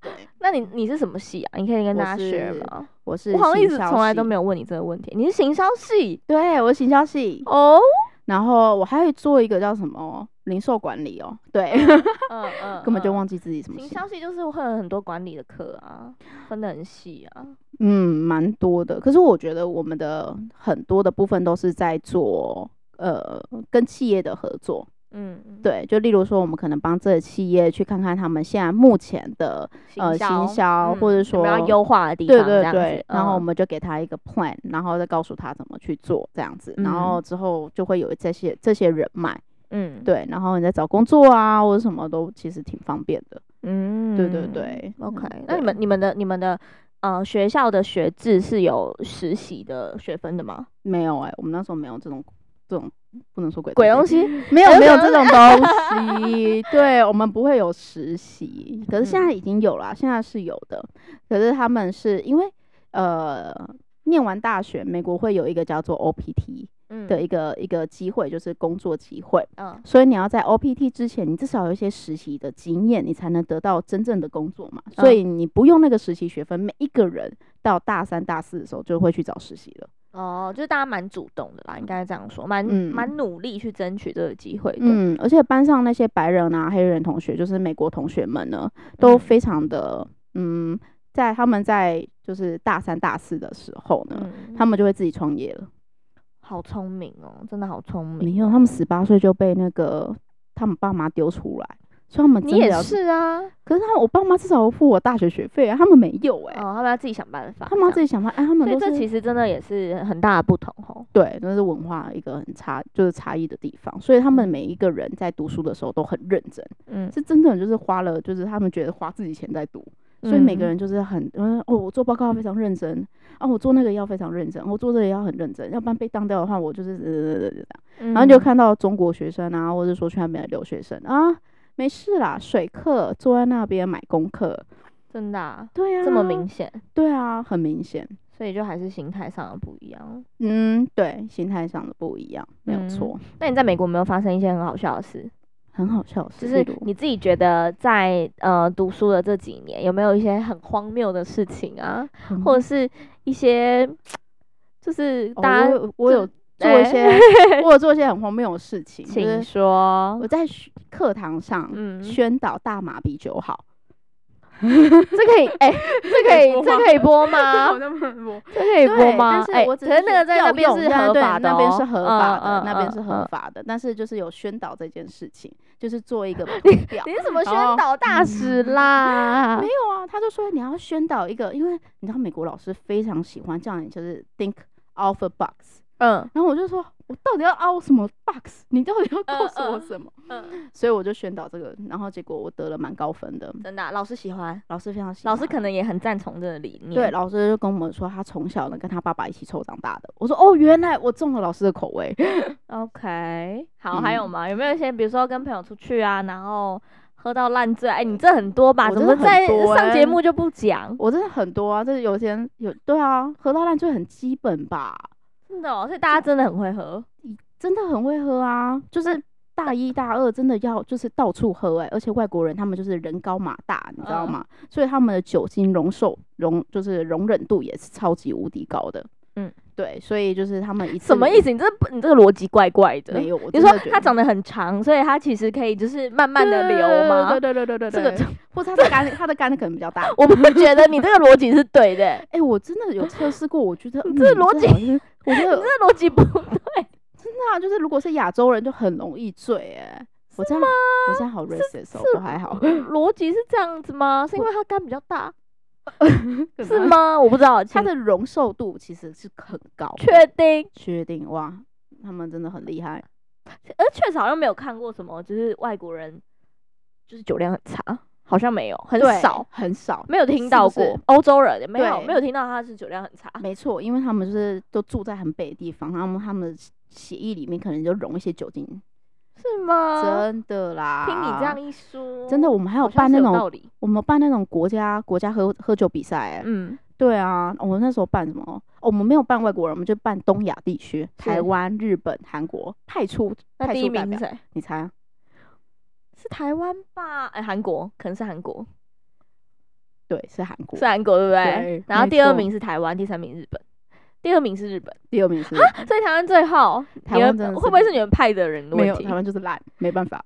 Speaker 2: 对，
Speaker 1: 那你你是什么系啊？你可以跟
Speaker 2: 我
Speaker 1: 大家 share
Speaker 2: 是
Speaker 1: 吗？
Speaker 2: 我是
Speaker 1: 我好像一直从来都
Speaker 2: 有。
Speaker 1: 没有问你这个问题。你是行销系
Speaker 2: 对，我是行销系，
Speaker 1: 哦？
Speaker 2: 然后我还会做一个叫什么零售管理哦，对，
Speaker 1: 嗯嗯
Speaker 2: 根本就
Speaker 1: 嗯
Speaker 2: 忘记自己什么
Speaker 1: 行
Speaker 2: 系，
Speaker 1: 销系就是会有很多管理的课啊，分得很细啊。
Speaker 2: 嗯，蛮多的。可是我觉得我们的很多的部分都是在做呃跟企业的合作，
Speaker 1: 嗯，，
Speaker 2: 对，就例如说，我们可能帮这个企业去看看他们现在目前的呃行销，或者
Speaker 1: 我
Speaker 2: 说
Speaker 1: 们要优化的地方，
Speaker 2: 对对
Speaker 1: 这样
Speaker 2: 对
Speaker 1: 子，
Speaker 2: 然后我
Speaker 1: 嗯
Speaker 2: 们就给他一个 plan，然后再告诉他怎么去做这样子，然后
Speaker 1: 嗯
Speaker 2: 之后就会有这些这些人脉，
Speaker 1: 嗯，
Speaker 2: 对，然后你在找工作啊或者什么都其实挺方便的，
Speaker 1: 嗯，
Speaker 2: 对对对
Speaker 1: ，OK
Speaker 2: 嗯。
Speaker 1: 那你们
Speaker 2: 对
Speaker 1: 你们的你们的呃学校的学制是有实习的学分的吗？
Speaker 2: 没有哎、我们那时候没有这种这种不能说鬼
Speaker 1: 鬼东
Speaker 2: 东西，
Speaker 1: 西，
Speaker 2: 没有
Speaker 1: 我
Speaker 2: 没有这
Speaker 1: 想
Speaker 2: 种东西，对我们不会有实习，可是现
Speaker 1: 嗯
Speaker 2: 在已经有了啊，现在是有的，可是他们是因为呃。念完大学，美国会有一个叫做 OPT
Speaker 1: 嗯
Speaker 2: 的，一个、一个机会，就是工作机会。
Speaker 1: 嗯
Speaker 2: 所以你要在 OPT 之前，你至少有一些实习的经验，你才能得到真正的工作嘛。所
Speaker 1: 嗯
Speaker 2: 以你不用那个实习学分，每一个人到大三、大四的时候就会去找实习了。
Speaker 1: 哦，就是大家蛮主动的啦，应该这样说，蛮
Speaker 2: 嗯
Speaker 1: 蛮努力去争取这个机会的。
Speaker 2: 嗯，而且班上那些白人啊、黑人同学，就是美国同学们呢，都
Speaker 1: 嗯
Speaker 2: 非常的嗯，在他们在就是大三、大四的时候呢，
Speaker 1: 嗯，
Speaker 2: 他们就会自己创业了。
Speaker 1: 好聪明哦，真的好聪明。
Speaker 2: 没有，他们十八岁就被那个他们爸妈丢出来，所以他们
Speaker 1: 你
Speaker 2: 真的
Speaker 1: 也
Speaker 2: 要，
Speaker 1: 是啊，
Speaker 2: 可是他我爸妈至少有付我大学学费啊，他们没有哎、
Speaker 1: 哦，他们要自己想办法，
Speaker 2: 他们要自
Speaker 1: 己，
Speaker 2: 己想办法，哎，他们
Speaker 1: 所以
Speaker 2: 都
Speaker 1: 这
Speaker 2: 是
Speaker 1: 其实真的也是很大的不同哦。
Speaker 2: 对，那是文化一个很差，就是差异的地方。所以他
Speaker 1: 嗯
Speaker 2: 们每一个人在读书的时候都很认真，
Speaker 1: 嗯，
Speaker 2: 是真的就是花了，就是他们觉得花自己钱在读，所以每个
Speaker 1: 嗯
Speaker 2: 人就是很，嗯，哦，我做报告要非常认真，啊，我做那个要非常认真，我做这个也要很认真，要不然被当掉的话，我就是、呃、然后你就
Speaker 1: 嗯
Speaker 2: 看到中国学生啊，或者说去那边的留学生啊，没事啦，水课坐在那边买功课，
Speaker 1: 真的啊、
Speaker 2: 对啊，
Speaker 1: 这么明，显，
Speaker 2: 对啊，很明显，
Speaker 1: 所以就还是心态上的不一样。
Speaker 2: 嗯，对，心态上的不一样，没有
Speaker 1: 嗯
Speaker 2: 错，
Speaker 1: 那你在美国有没有发生一些很好笑的事？
Speaker 2: 很好笑，
Speaker 1: 就是
Speaker 2: 例如
Speaker 1: 你自己觉得在呃读书的这几年，有没有一些很荒谬的事情啊，
Speaker 2: 很
Speaker 1: 或者是一些就是
Speaker 2: 哦
Speaker 1: 大家、
Speaker 2: 我有我有做
Speaker 1: 哎
Speaker 2: 一 些，我有做一些很荒谬的事情，就
Speaker 1: 请
Speaker 2: 是
Speaker 1: 说
Speaker 2: 我，在学课堂上
Speaker 1: 嗯
Speaker 2: 宣导大麻比酒好，
Speaker 1: 这可以 哎、这可以这可以播
Speaker 2: 啊
Speaker 1: 吗？这可以播
Speaker 2: 对，但
Speaker 1: 吗？
Speaker 2: 是
Speaker 1: 哎，
Speaker 2: 我
Speaker 1: 可是那个在那边是合法的哦，
Speaker 2: 那边是合法
Speaker 1: 嗯
Speaker 2: 的，那边是合。
Speaker 1: 嗯嗯嗯
Speaker 2: 法的，但是就是有宣导这件事情，就是做 一个图表。
Speaker 1: 你是什么宣
Speaker 2: 哦
Speaker 1: 导大使啦
Speaker 2: 没？有啊，他就说你要宣导一个，因为你知道美国老师非常喜欢叫你就是 think out of the box，
Speaker 1: 嗯
Speaker 2: 然后我就说我到底要 out 什么 box？你 到底要告诉我
Speaker 1: 嗯
Speaker 2: 什么？
Speaker 1: 嗯，
Speaker 2: 所以我就宣导这个，然后结果我得了蛮高分的，
Speaker 1: 真的啊、老师喜欢，
Speaker 2: 老师非常喜欢。
Speaker 1: 老师可能也很赞同这个理念。
Speaker 2: 对，老师就跟我们说，他从小呢跟他爸爸一起抽长大的。我说哦，原来我中了老师的口味。
Speaker 1: OK，好，还有
Speaker 2: 嗯
Speaker 1: 吗？有没有一些，比如说跟朋友出去啊，然后喝到烂醉？哎，你这很多吧？
Speaker 2: 我
Speaker 1: 怎
Speaker 2: 真
Speaker 1: 么
Speaker 2: 的
Speaker 1: 在
Speaker 2: 很多
Speaker 1: 上节
Speaker 2: 欸
Speaker 1: 目就不讲？
Speaker 2: 我真的很多啊，这有些人有对啊，喝到烂醉很基本吧，
Speaker 1: 真的哦，所以大家真的很会喝。
Speaker 2: 真的很会喝啊，就是。大一、大二真的要就是到处喝哎、而且外国人他们就是人高马大，你知道
Speaker 1: 嗯
Speaker 2: 吗？所以他们的酒精容受容就是容忍度也是超级无敌高的。
Speaker 1: 嗯，
Speaker 2: 对，所以就是他们一次
Speaker 1: 什么意？思？你这不你这个逻辑怪怪的。
Speaker 2: 没有，我
Speaker 1: 你
Speaker 2: 真
Speaker 1: 说
Speaker 2: 的觉
Speaker 1: 它
Speaker 2: 得
Speaker 1: 长得很长，所以它其实可以就是慢慢的
Speaker 2: 对
Speaker 1: 流吗？
Speaker 2: 对对对对对
Speaker 1: 这个
Speaker 2: 对，或者他的肝，他的肝可能比较 大。
Speaker 1: 我不觉得你这个逻辑是对的、
Speaker 2: 哎、我真 的有测试过，我觉得
Speaker 1: 你这
Speaker 2: 嗯
Speaker 1: 逻辑
Speaker 2: 好像是我
Speaker 1: 你这
Speaker 2: 觉得
Speaker 1: 个逻辑不对。
Speaker 2: 那就是如果是亚洲人就很容易醉哎、我这样我这样好 racist 哦，我还好，
Speaker 1: 逻辑是这样子吗？是因为它肝比较大，是
Speaker 2: 是？
Speaker 1: 吗？我不知道，
Speaker 2: 它
Speaker 1: 请
Speaker 2: 的容受度其实是很高的，
Speaker 1: 确定。
Speaker 2: 确定哇，他们真的很厉害。
Speaker 1: 而呃确实好像没有看过什么，就是外国人就是酒量很差，好像没有，很
Speaker 2: 对
Speaker 1: 少，
Speaker 2: 很少，
Speaker 1: 没有听到
Speaker 2: 是不是
Speaker 1: 过欧洲人也没有
Speaker 2: 对
Speaker 1: 没有听到他是酒量很差。
Speaker 2: 没错，因为他们就是都住在很北的地方，他们他们的血液里面可能就溶一些酒精，
Speaker 1: 是吗？
Speaker 2: 真的啦。
Speaker 1: 啊听你这样一说，
Speaker 2: 真的，我们还有
Speaker 1: 啊好像
Speaker 2: 办
Speaker 1: 是
Speaker 2: 那
Speaker 1: 有
Speaker 2: 种
Speaker 1: 道理。
Speaker 2: 我们办那种国家国家喝喝酒比赛、欸，
Speaker 1: 嗯，
Speaker 2: 对啊，我们那时候办什么？哦我们没有办外国人，我们就办东亚地区，台
Speaker 1: 是
Speaker 2: 湾、日本、韩国派出
Speaker 1: 那
Speaker 2: 派
Speaker 1: 第
Speaker 2: 出
Speaker 1: 一
Speaker 2: 代
Speaker 1: 名
Speaker 2: 表
Speaker 1: 是，谁？
Speaker 2: 你猜啊？
Speaker 1: 是台湾吧？哎，韩国可能是韩国，
Speaker 2: 对，是韩国
Speaker 1: 是。啊韩国对不对
Speaker 2: 对？
Speaker 1: 然后
Speaker 2: 没
Speaker 1: 第二
Speaker 2: 错
Speaker 1: 名是台湾，第三名日本，第二名是日本，
Speaker 2: 第二名是
Speaker 1: 所以台湾最后，
Speaker 2: 台
Speaker 1: 啊你
Speaker 2: 湾，真
Speaker 1: 们
Speaker 2: 的
Speaker 1: 会不会是你们派的人的
Speaker 2: 没
Speaker 1: 问
Speaker 2: 有？
Speaker 1: 题？
Speaker 2: 台
Speaker 1: 吗？
Speaker 2: 湾就是烂，没办法。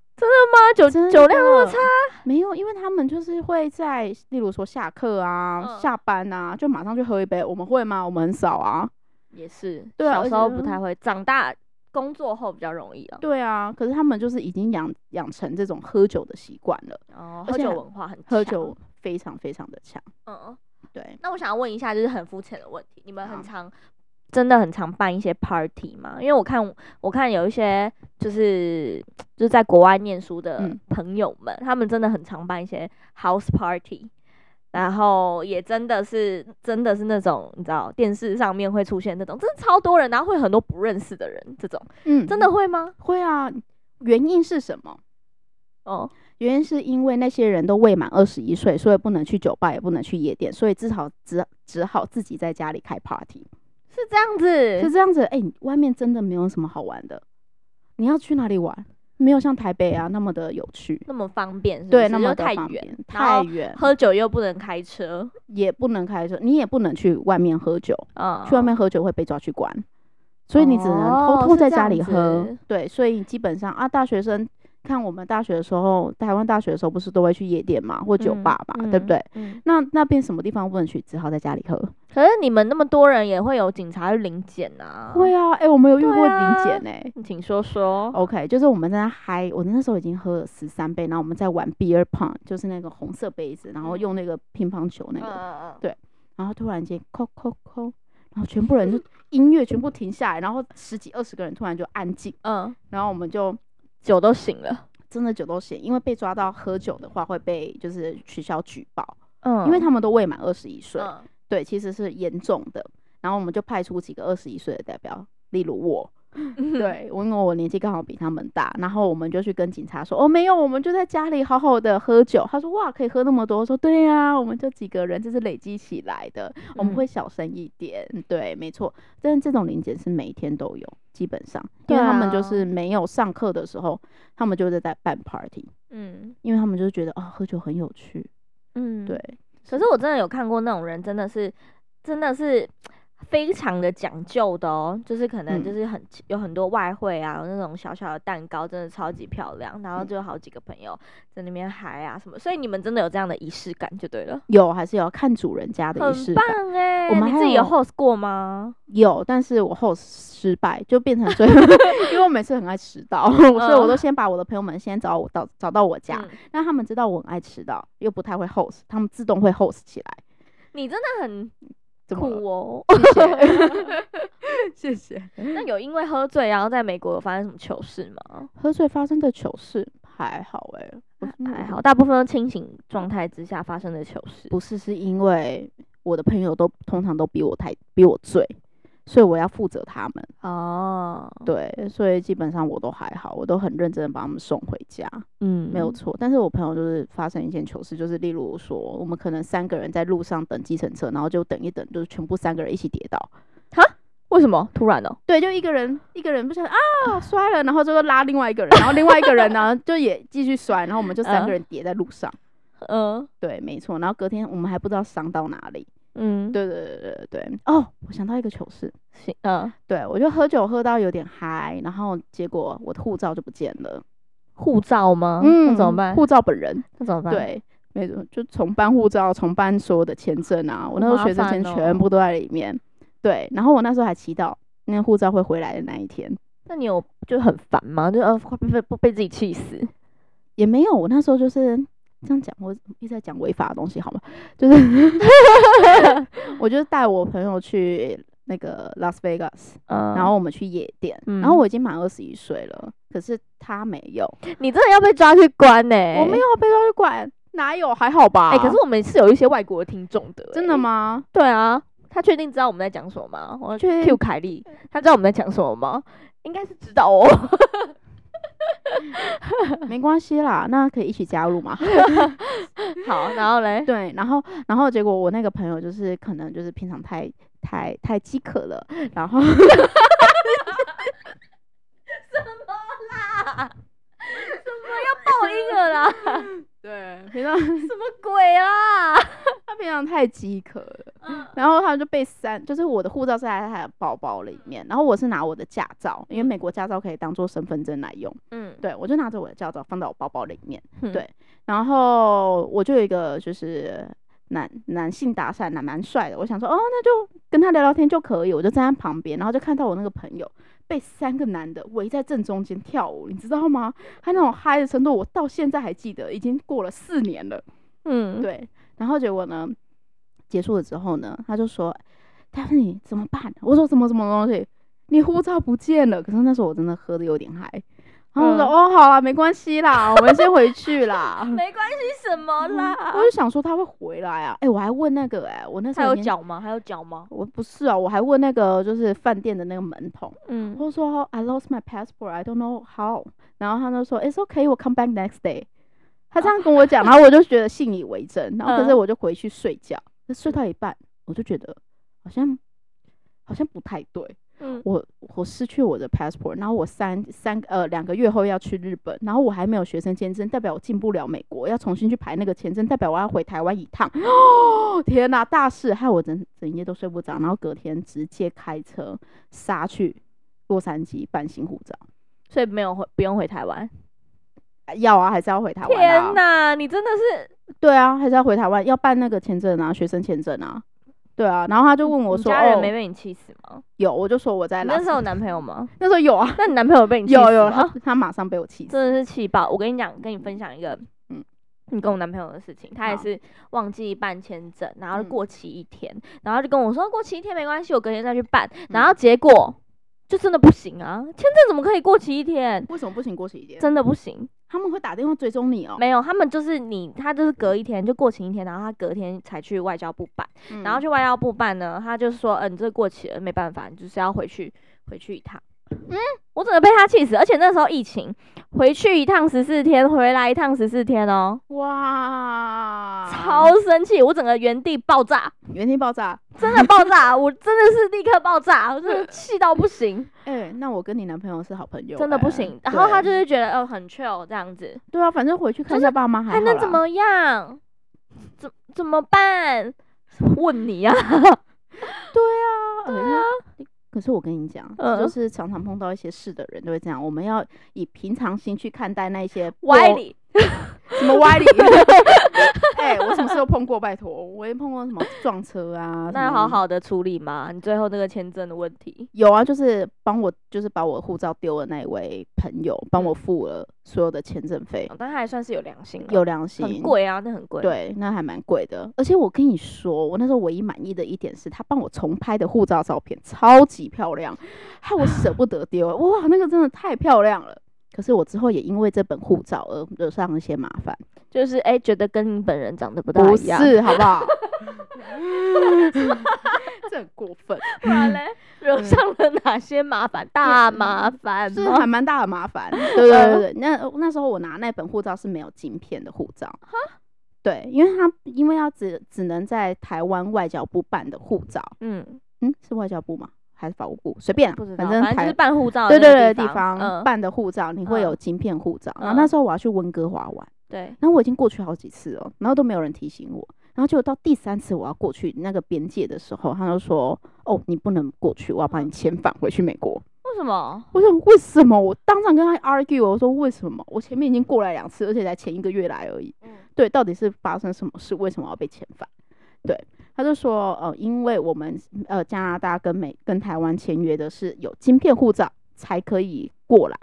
Speaker 1: 酒
Speaker 2: 真
Speaker 1: 酒量那么
Speaker 2: 的
Speaker 1: 差，
Speaker 2: 没有，因为他们就是会在，例如说下课啊、
Speaker 1: 嗯
Speaker 2: 下班啊，就马上去喝一杯。我们会吗？我们很少啊。
Speaker 1: 也是，
Speaker 2: 对啊
Speaker 1: 小
Speaker 2: 我
Speaker 1: 时
Speaker 2: 觉
Speaker 1: 候
Speaker 2: 得
Speaker 1: 不太会，长大工作后比较容易了。
Speaker 2: 对啊，可是他们就是已经养养成这种喝酒的习惯了，
Speaker 1: 哦，喝
Speaker 2: 而且
Speaker 1: 酒
Speaker 2: 很
Speaker 1: 文化很
Speaker 2: 喝
Speaker 1: 强
Speaker 2: 酒，非常非常的强。
Speaker 1: 嗯，
Speaker 2: 对，
Speaker 1: 那我想要问一下，就是很肤浅的问题，你们很
Speaker 2: 好
Speaker 1: 常真的很常办一些 party 吗？因为我看我看有一些就是就是在国外念书的
Speaker 2: 嗯
Speaker 1: 朋友们，他们真的很常办一些 house party。然后也真的是，真的是那种你知道电视上面会出现那种，真的超多人，然后会很多不认识的人，这种
Speaker 2: 嗯，
Speaker 1: 真的会吗？
Speaker 2: 会啊。原因是什么？
Speaker 1: 哦，
Speaker 2: 原因是因为那些人都未满二十一岁，所以不能去酒吧，也不能去夜店，所以至少只只好自己在家里开 party，
Speaker 1: 是这样子，
Speaker 2: 是这样子。哎、你外面真的没有什么好玩的，你要去哪里玩？没有像台北啊那么的有趣，
Speaker 1: 那么方便是不是，
Speaker 2: 对，那么
Speaker 1: 就
Speaker 2: 的
Speaker 1: 太
Speaker 2: 方
Speaker 1: 远，
Speaker 2: 便，
Speaker 1: 然后
Speaker 2: 太远，
Speaker 1: 喝酒又不能开车，
Speaker 2: 也不能开车，你也不能去外面喝酒，
Speaker 1: 啊、
Speaker 2: 去外面喝酒会被抓去关，所以你只能
Speaker 1: 哦
Speaker 2: 偷偷
Speaker 1: 是
Speaker 2: 在
Speaker 1: 这
Speaker 2: 家
Speaker 1: 样
Speaker 2: 里喝
Speaker 1: 子。
Speaker 2: 对，所以基本上啊，大学生看我们大学的时候，台湾大学的时候不是都会去夜店嘛，或酒
Speaker 1: 嗯
Speaker 2: 吧嘛，对
Speaker 1: 嗯
Speaker 2: 不对？
Speaker 1: 嗯
Speaker 2: 那那边什么地方不能去，只好在家里喝。
Speaker 1: 可是你们那么多人，也会有警察去临检呐。
Speaker 2: 会啊，哦哎、我们有遇
Speaker 1: 对
Speaker 2: 过
Speaker 1: 啊
Speaker 2: 零检哎、
Speaker 1: 你请说说。
Speaker 2: OK，就是我们在那嗨，我那时候已经喝了十三杯，然后我们在玩 beer pong，就是那个红色杯子，然后
Speaker 1: 嗯
Speaker 2: 用那个乒乓球那
Speaker 1: 嗯
Speaker 2: 个，
Speaker 1: 嗯
Speaker 2: 然后突然间扣扣扣，然后全 部人就音乐全部停下来，然后十几二十个人突然就安静，
Speaker 1: 嗯嗯，
Speaker 2: 然后我们就
Speaker 1: 酒都醒了。
Speaker 2: 真的酒都醒，因为被抓到喝酒的话会被就是取消举报，
Speaker 1: 嗯
Speaker 2: 因为他们都未满二十一岁，
Speaker 1: 嗯
Speaker 2: 对，其实是严重的。然后我们就派出几个二十一岁的代表，例如我，
Speaker 1: 嗯
Speaker 2: 对，我因为我年纪刚好比他们大，然后我们就去跟警察说，哦，没有，我们就在家里好好的喝酒。他说，哇，可以喝那么多。我说，对呀、我们就几个人，这是累积起来的，我们
Speaker 1: 嗯
Speaker 2: 会小声一点。对，没错，但是这种零检是每天都有，基本上，因
Speaker 1: 对
Speaker 2: 为他们
Speaker 1: 啊
Speaker 2: 就是没有上课的时候，他们就在在办 party，
Speaker 1: 嗯
Speaker 2: 因为他们就觉得哦，喝酒很有趣。
Speaker 1: 嗯，
Speaker 2: 对，
Speaker 1: 可是我真的有看过那种人，真的是，真的是非常的讲究的哦，就是可能
Speaker 2: 嗯
Speaker 1: 就是很、有很多外汇啊，那种小小的蛋糕，真的超级漂亮，然后
Speaker 2: 嗯
Speaker 1: 就有好几个朋友在那边嗨啊什么，所以你们真的有这样的仪式感就对了，
Speaker 2: 有还是有看主人家的仪式
Speaker 1: 很
Speaker 2: 感。
Speaker 1: 棒哎、
Speaker 2: 我们
Speaker 1: 你
Speaker 2: 还
Speaker 1: 自己有
Speaker 2: 有
Speaker 1: host 过吗？
Speaker 2: 有，但是我后失败，就 变成最，因为我每次很爱迟到，所以我都先把我的朋友们先找我到找到我家，
Speaker 1: 嗯
Speaker 2: 让他们知道我很爱迟到，又不太会 host，他们自动会 host 起来。
Speaker 1: 你真的很
Speaker 2: 怎么了？
Speaker 1: 酷 哦。
Speaker 2: 谢谢，谢谢。
Speaker 1: 那有因为喝醉然后在美国有发生什么糗事吗？
Speaker 2: 喝醉发生的糗事还好哎、我真的
Speaker 1: 还好，，大部分都清醒状态之下发生的糗事。
Speaker 2: 不是是因为我的朋友都通常都比我太比我醉，所以我要负责他们。
Speaker 1: 哦，
Speaker 2: 对，所以基本上我都还好，我都很认真的把他们送回家。
Speaker 1: 嗯
Speaker 2: 没有错。但是我朋友就是发生一件糗事，就是例如说，我们可能三个人在路上等计程车，然后就等一等，就是全部三个人一起跌倒。
Speaker 1: 为什么突然哦？
Speaker 2: 对，就一个人一个人不小心啊摔了，然后就拉另外一个人，然后另外一个 人呢就也继续摔，然后我们就三
Speaker 1: 嗯
Speaker 2: 个人跌在路上。
Speaker 1: 嗯
Speaker 2: 对，没错。然后隔天我们还不知道伤到哪里。
Speaker 1: 嗯，
Speaker 2: 对对对对对。哦，我想到一个糗事，
Speaker 1: 行，嗯，
Speaker 2: 对我就喝酒喝到有点嗨，然后结果我的护照就不见了。嗯
Speaker 1: 护照吗？嗯那怎么办？
Speaker 2: 护照本人。
Speaker 1: 那怎么办？，
Speaker 2: 对，没错，就重办护照、重办所有的签证啊，我那时
Speaker 1: 好
Speaker 2: 候
Speaker 1: 麻
Speaker 2: 学生
Speaker 1: 烦
Speaker 2: 签
Speaker 1: 哦
Speaker 2: 全部都在里面。对，然后我那时候还祈祷那护照会回来的那一天，
Speaker 1: 那你有就很烦吗？就呃，会不会被自己气死？
Speaker 2: 也没有。我那时候就是这样讲，我一直在讲违法的东西，好吗？就是， 我就带我朋友去那个 Las Vegas，、
Speaker 1: 嗯，
Speaker 2: 然后我们去夜店，然后
Speaker 1: 嗯
Speaker 2: 我已经满二十一岁了，可是他没有，
Speaker 1: 你真的要被抓去关呢、
Speaker 2: 我没。有被抓去管，哪有？还好吧？
Speaker 1: 哎、可是我们是有一些外国听众的、欸
Speaker 2: 真的？吗？
Speaker 1: 对啊，他确定知道我们在讲什么吗？我
Speaker 2: 确
Speaker 1: Q 凯莉，他知道我们在讲什么吗？应该是知道哦。
Speaker 2: 没关系啦，那可以一起加 入嘛。
Speaker 1: 好，然后 嘞，
Speaker 2: 对，然后然后结果我那个朋友就是可能就是平常太太太饥渴了，然后
Speaker 1: 啦，怎么要报应了 啦？
Speaker 2: 对平常
Speaker 1: 什么鬼啊？
Speaker 2: 他平常太饥渴了，然后他就被删，就是我的护照是在他的包包里面，然后我是拿我的驾照，因为美国驾照可以当做身份证来用，
Speaker 1: 嗯，
Speaker 2: 对我就拿着我的驾照放到我包包里面，
Speaker 1: 嗯
Speaker 2: 对然后我就有一个就是男男性搭讪，男蛮帅的，我想说哦，那就跟他聊聊天就可以，我就站在旁边，然后就看到我那个朋友被三个男的围在正中间跳舞，你知道吗？他那种嗨的程度，我到现在还记得，已经过了四年了。
Speaker 1: 嗯，
Speaker 2: 对，然后结果呢，结束了之后呢，他就说：“他说你怎么办？”我说：“怎么什么东西？你护照不见了。”可是那时候我真的喝的有点嗨，然后我说：“
Speaker 1: 嗯
Speaker 2: 哦，好啦，没关系啦，我们先回去啦。”
Speaker 1: 没关系，什么啦？
Speaker 2: 我就想说他会回来啊，哎、我还问那个哎、我那时
Speaker 1: 还
Speaker 2: 候
Speaker 1: 有
Speaker 2: 已经，
Speaker 1: 脚吗？还有脚吗？
Speaker 2: 我不是啊，我还问那个就是饭店的那个门童，
Speaker 1: 嗯
Speaker 2: 我就说 I lost my passport, I don't know how，然后他就说 It's okay, we'll come back next day。他这样跟我讲，然后我就觉得信以为真，然后可是
Speaker 1: 哦嗯
Speaker 2: 我就回去睡觉，可是睡到一半，我就觉得好像好像不太对，
Speaker 1: 嗯，
Speaker 2: 我我失去我的 passport，然后我三三呃两个月后要去日本，然后我还没有学生签证，代表我进不了美国，要重新去排那个签证，代表我要回台湾一趟。哦，天哪，大事！害我整整夜都睡不着，然后隔天直接开车杀去洛杉矶办新护照。
Speaker 1: 所以没有回，不用回台湾。
Speaker 2: 要啊，还是要回台湾、啊。
Speaker 1: 天哪，你真的是
Speaker 2: 对啊，还是要回台湾，要办那个签证啊，学生签证啊。对啊，然后他就问我
Speaker 1: 你
Speaker 2: 说：“
Speaker 1: 家人
Speaker 2: 哦
Speaker 1: 没被你气死吗？
Speaker 2: 有，我就说我在
Speaker 1: 你
Speaker 2: 拉
Speaker 1: 那
Speaker 2: 斯。
Speaker 1: 时候有男朋友吗？
Speaker 2: 那时候有啊，
Speaker 1: 那你男朋友被你气死
Speaker 2: 有有，他
Speaker 1: 吗？
Speaker 2: 他马上被我气死。
Speaker 1: 真的是气爆！我跟你讲，跟你分享一个，嗯
Speaker 2: 嗯，
Speaker 1: 你跟我男朋友的事情，他也
Speaker 2: 好
Speaker 1: 是忘记办签证，然后
Speaker 2: 嗯
Speaker 1: 过期一天，然后就跟我说过期一天没关系，我隔天再去办，
Speaker 2: 嗯
Speaker 1: 然后结果就真的不行啊！签证怎么可以过期一天？
Speaker 2: 为什么不行？过期一天，
Speaker 1: 真的不行，
Speaker 2: 他们会打电话追踪你哦。
Speaker 1: 没有，他们就是你，他就是隔一天就过期一天，然后他隔天才去外交部办，
Speaker 2: 嗯
Speaker 1: 然后去外交部办呢，他就说，嗯、你这过期了，没办法，你就是要回去回去一趟。嗯，我真的被他气死，而且那时候疫情，回去一趟十四天，回来一趟十四天哦，
Speaker 2: 哇，
Speaker 1: 超生气，我整个原地爆炸，
Speaker 2: 原地爆炸。
Speaker 1: 真的爆炸，我真的是立刻爆炸，我真 的气到不行，
Speaker 2: 哎、那我跟你男朋友是好朋友、
Speaker 1: 真的不
Speaker 2: 哎
Speaker 1: 行。然后他就
Speaker 2: 对
Speaker 1: 是觉得，哦、很 chill 这样子，
Speaker 2: 对啊，反正回去看一下爸妈还
Speaker 1: 还
Speaker 2: 好
Speaker 1: 能
Speaker 2: 啦
Speaker 1: 怎？么样？怎怎么办？ 问你啊呀、
Speaker 2: 对啊，可是我跟你讲，这
Speaker 1: 嗯
Speaker 2: 就是常常碰到一些事的人都会这样。我们要以平常心去看待那一些
Speaker 1: 歪
Speaker 2: 不
Speaker 1: 理，
Speaker 2: 什么 歪理？哎、我什么事都碰过，拜托，我也碰过什么撞车啊。
Speaker 1: 那
Speaker 2: 什么
Speaker 1: 好好的处理嘛，你最后那个签证的问题，
Speaker 2: 有啊，就是帮我，就是把我护照丢的那一位朋友，帮我付了所有的签证费
Speaker 1: 哦，但他还算是有良心啦，
Speaker 2: 有良心，
Speaker 1: 嗯很。贵啊，那很贵，，
Speaker 2: 对，那还蛮贵的。而且我跟你说，我那时候唯一满意的一点是，他帮我重拍的护照照片超级漂亮，害我舍不得丢。欸哇，那个真的太漂亮了。可是我之后也因为这本护照而惹上一些麻烦，
Speaker 1: 就是哎、觉得跟你本人长得不大
Speaker 2: 不
Speaker 1: 一样，
Speaker 2: 是好 不好？这很过分，
Speaker 1: 不然
Speaker 2: 嗯
Speaker 1: 嘞，惹上了哪些麻烦？大麻烦
Speaker 2: 是
Speaker 1: 吗
Speaker 2: 还蛮大的麻烦。对对
Speaker 1: 嗯
Speaker 2: 对对，那那时候我拿那本护照是没有晶片的护照。对，因为他因为要只只能在台湾外交部办的护照，
Speaker 1: 嗯，
Speaker 2: 嗯，是外交部吗？还是法务部？随便啊
Speaker 1: 不知，道，
Speaker 2: 反
Speaker 1: 反
Speaker 2: 正
Speaker 1: 正就
Speaker 2: 台
Speaker 1: 是办护照的
Speaker 2: 对
Speaker 1: 那
Speaker 2: 对
Speaker 1: 个
Speaker 2: 对
Speaker 1: 地
Speaker 2: 地方
Speaker 1: 嗯，
Speaker 2: 办的护照，你会有晶片护照。然后
Speaker 1: 嗯
Speaker 2: 那时候我要去温哥华玩，
Speaker 1: 对，
Speaker 2: 然后我已经过去好几次哦，然后都没有人提醒我。然后结果到第三次我要过去那个边界的时候，他就说：“哦，你不能过去，我要把你遣返回去美国。”
Speaker 1: 为什么？
Speaker 2: 我想为什么？我当场跟他 argue，我说为什么？我前面已经过来两次，而且才前一个月来而已。
Speaker 1: 嗯
Speaker 2: 对，到底是发生什么事？为什么要被遣返？对，他就说，呃，因为我们呃加拿大跟美跟台湾签约的是有晶片护照才可以过来，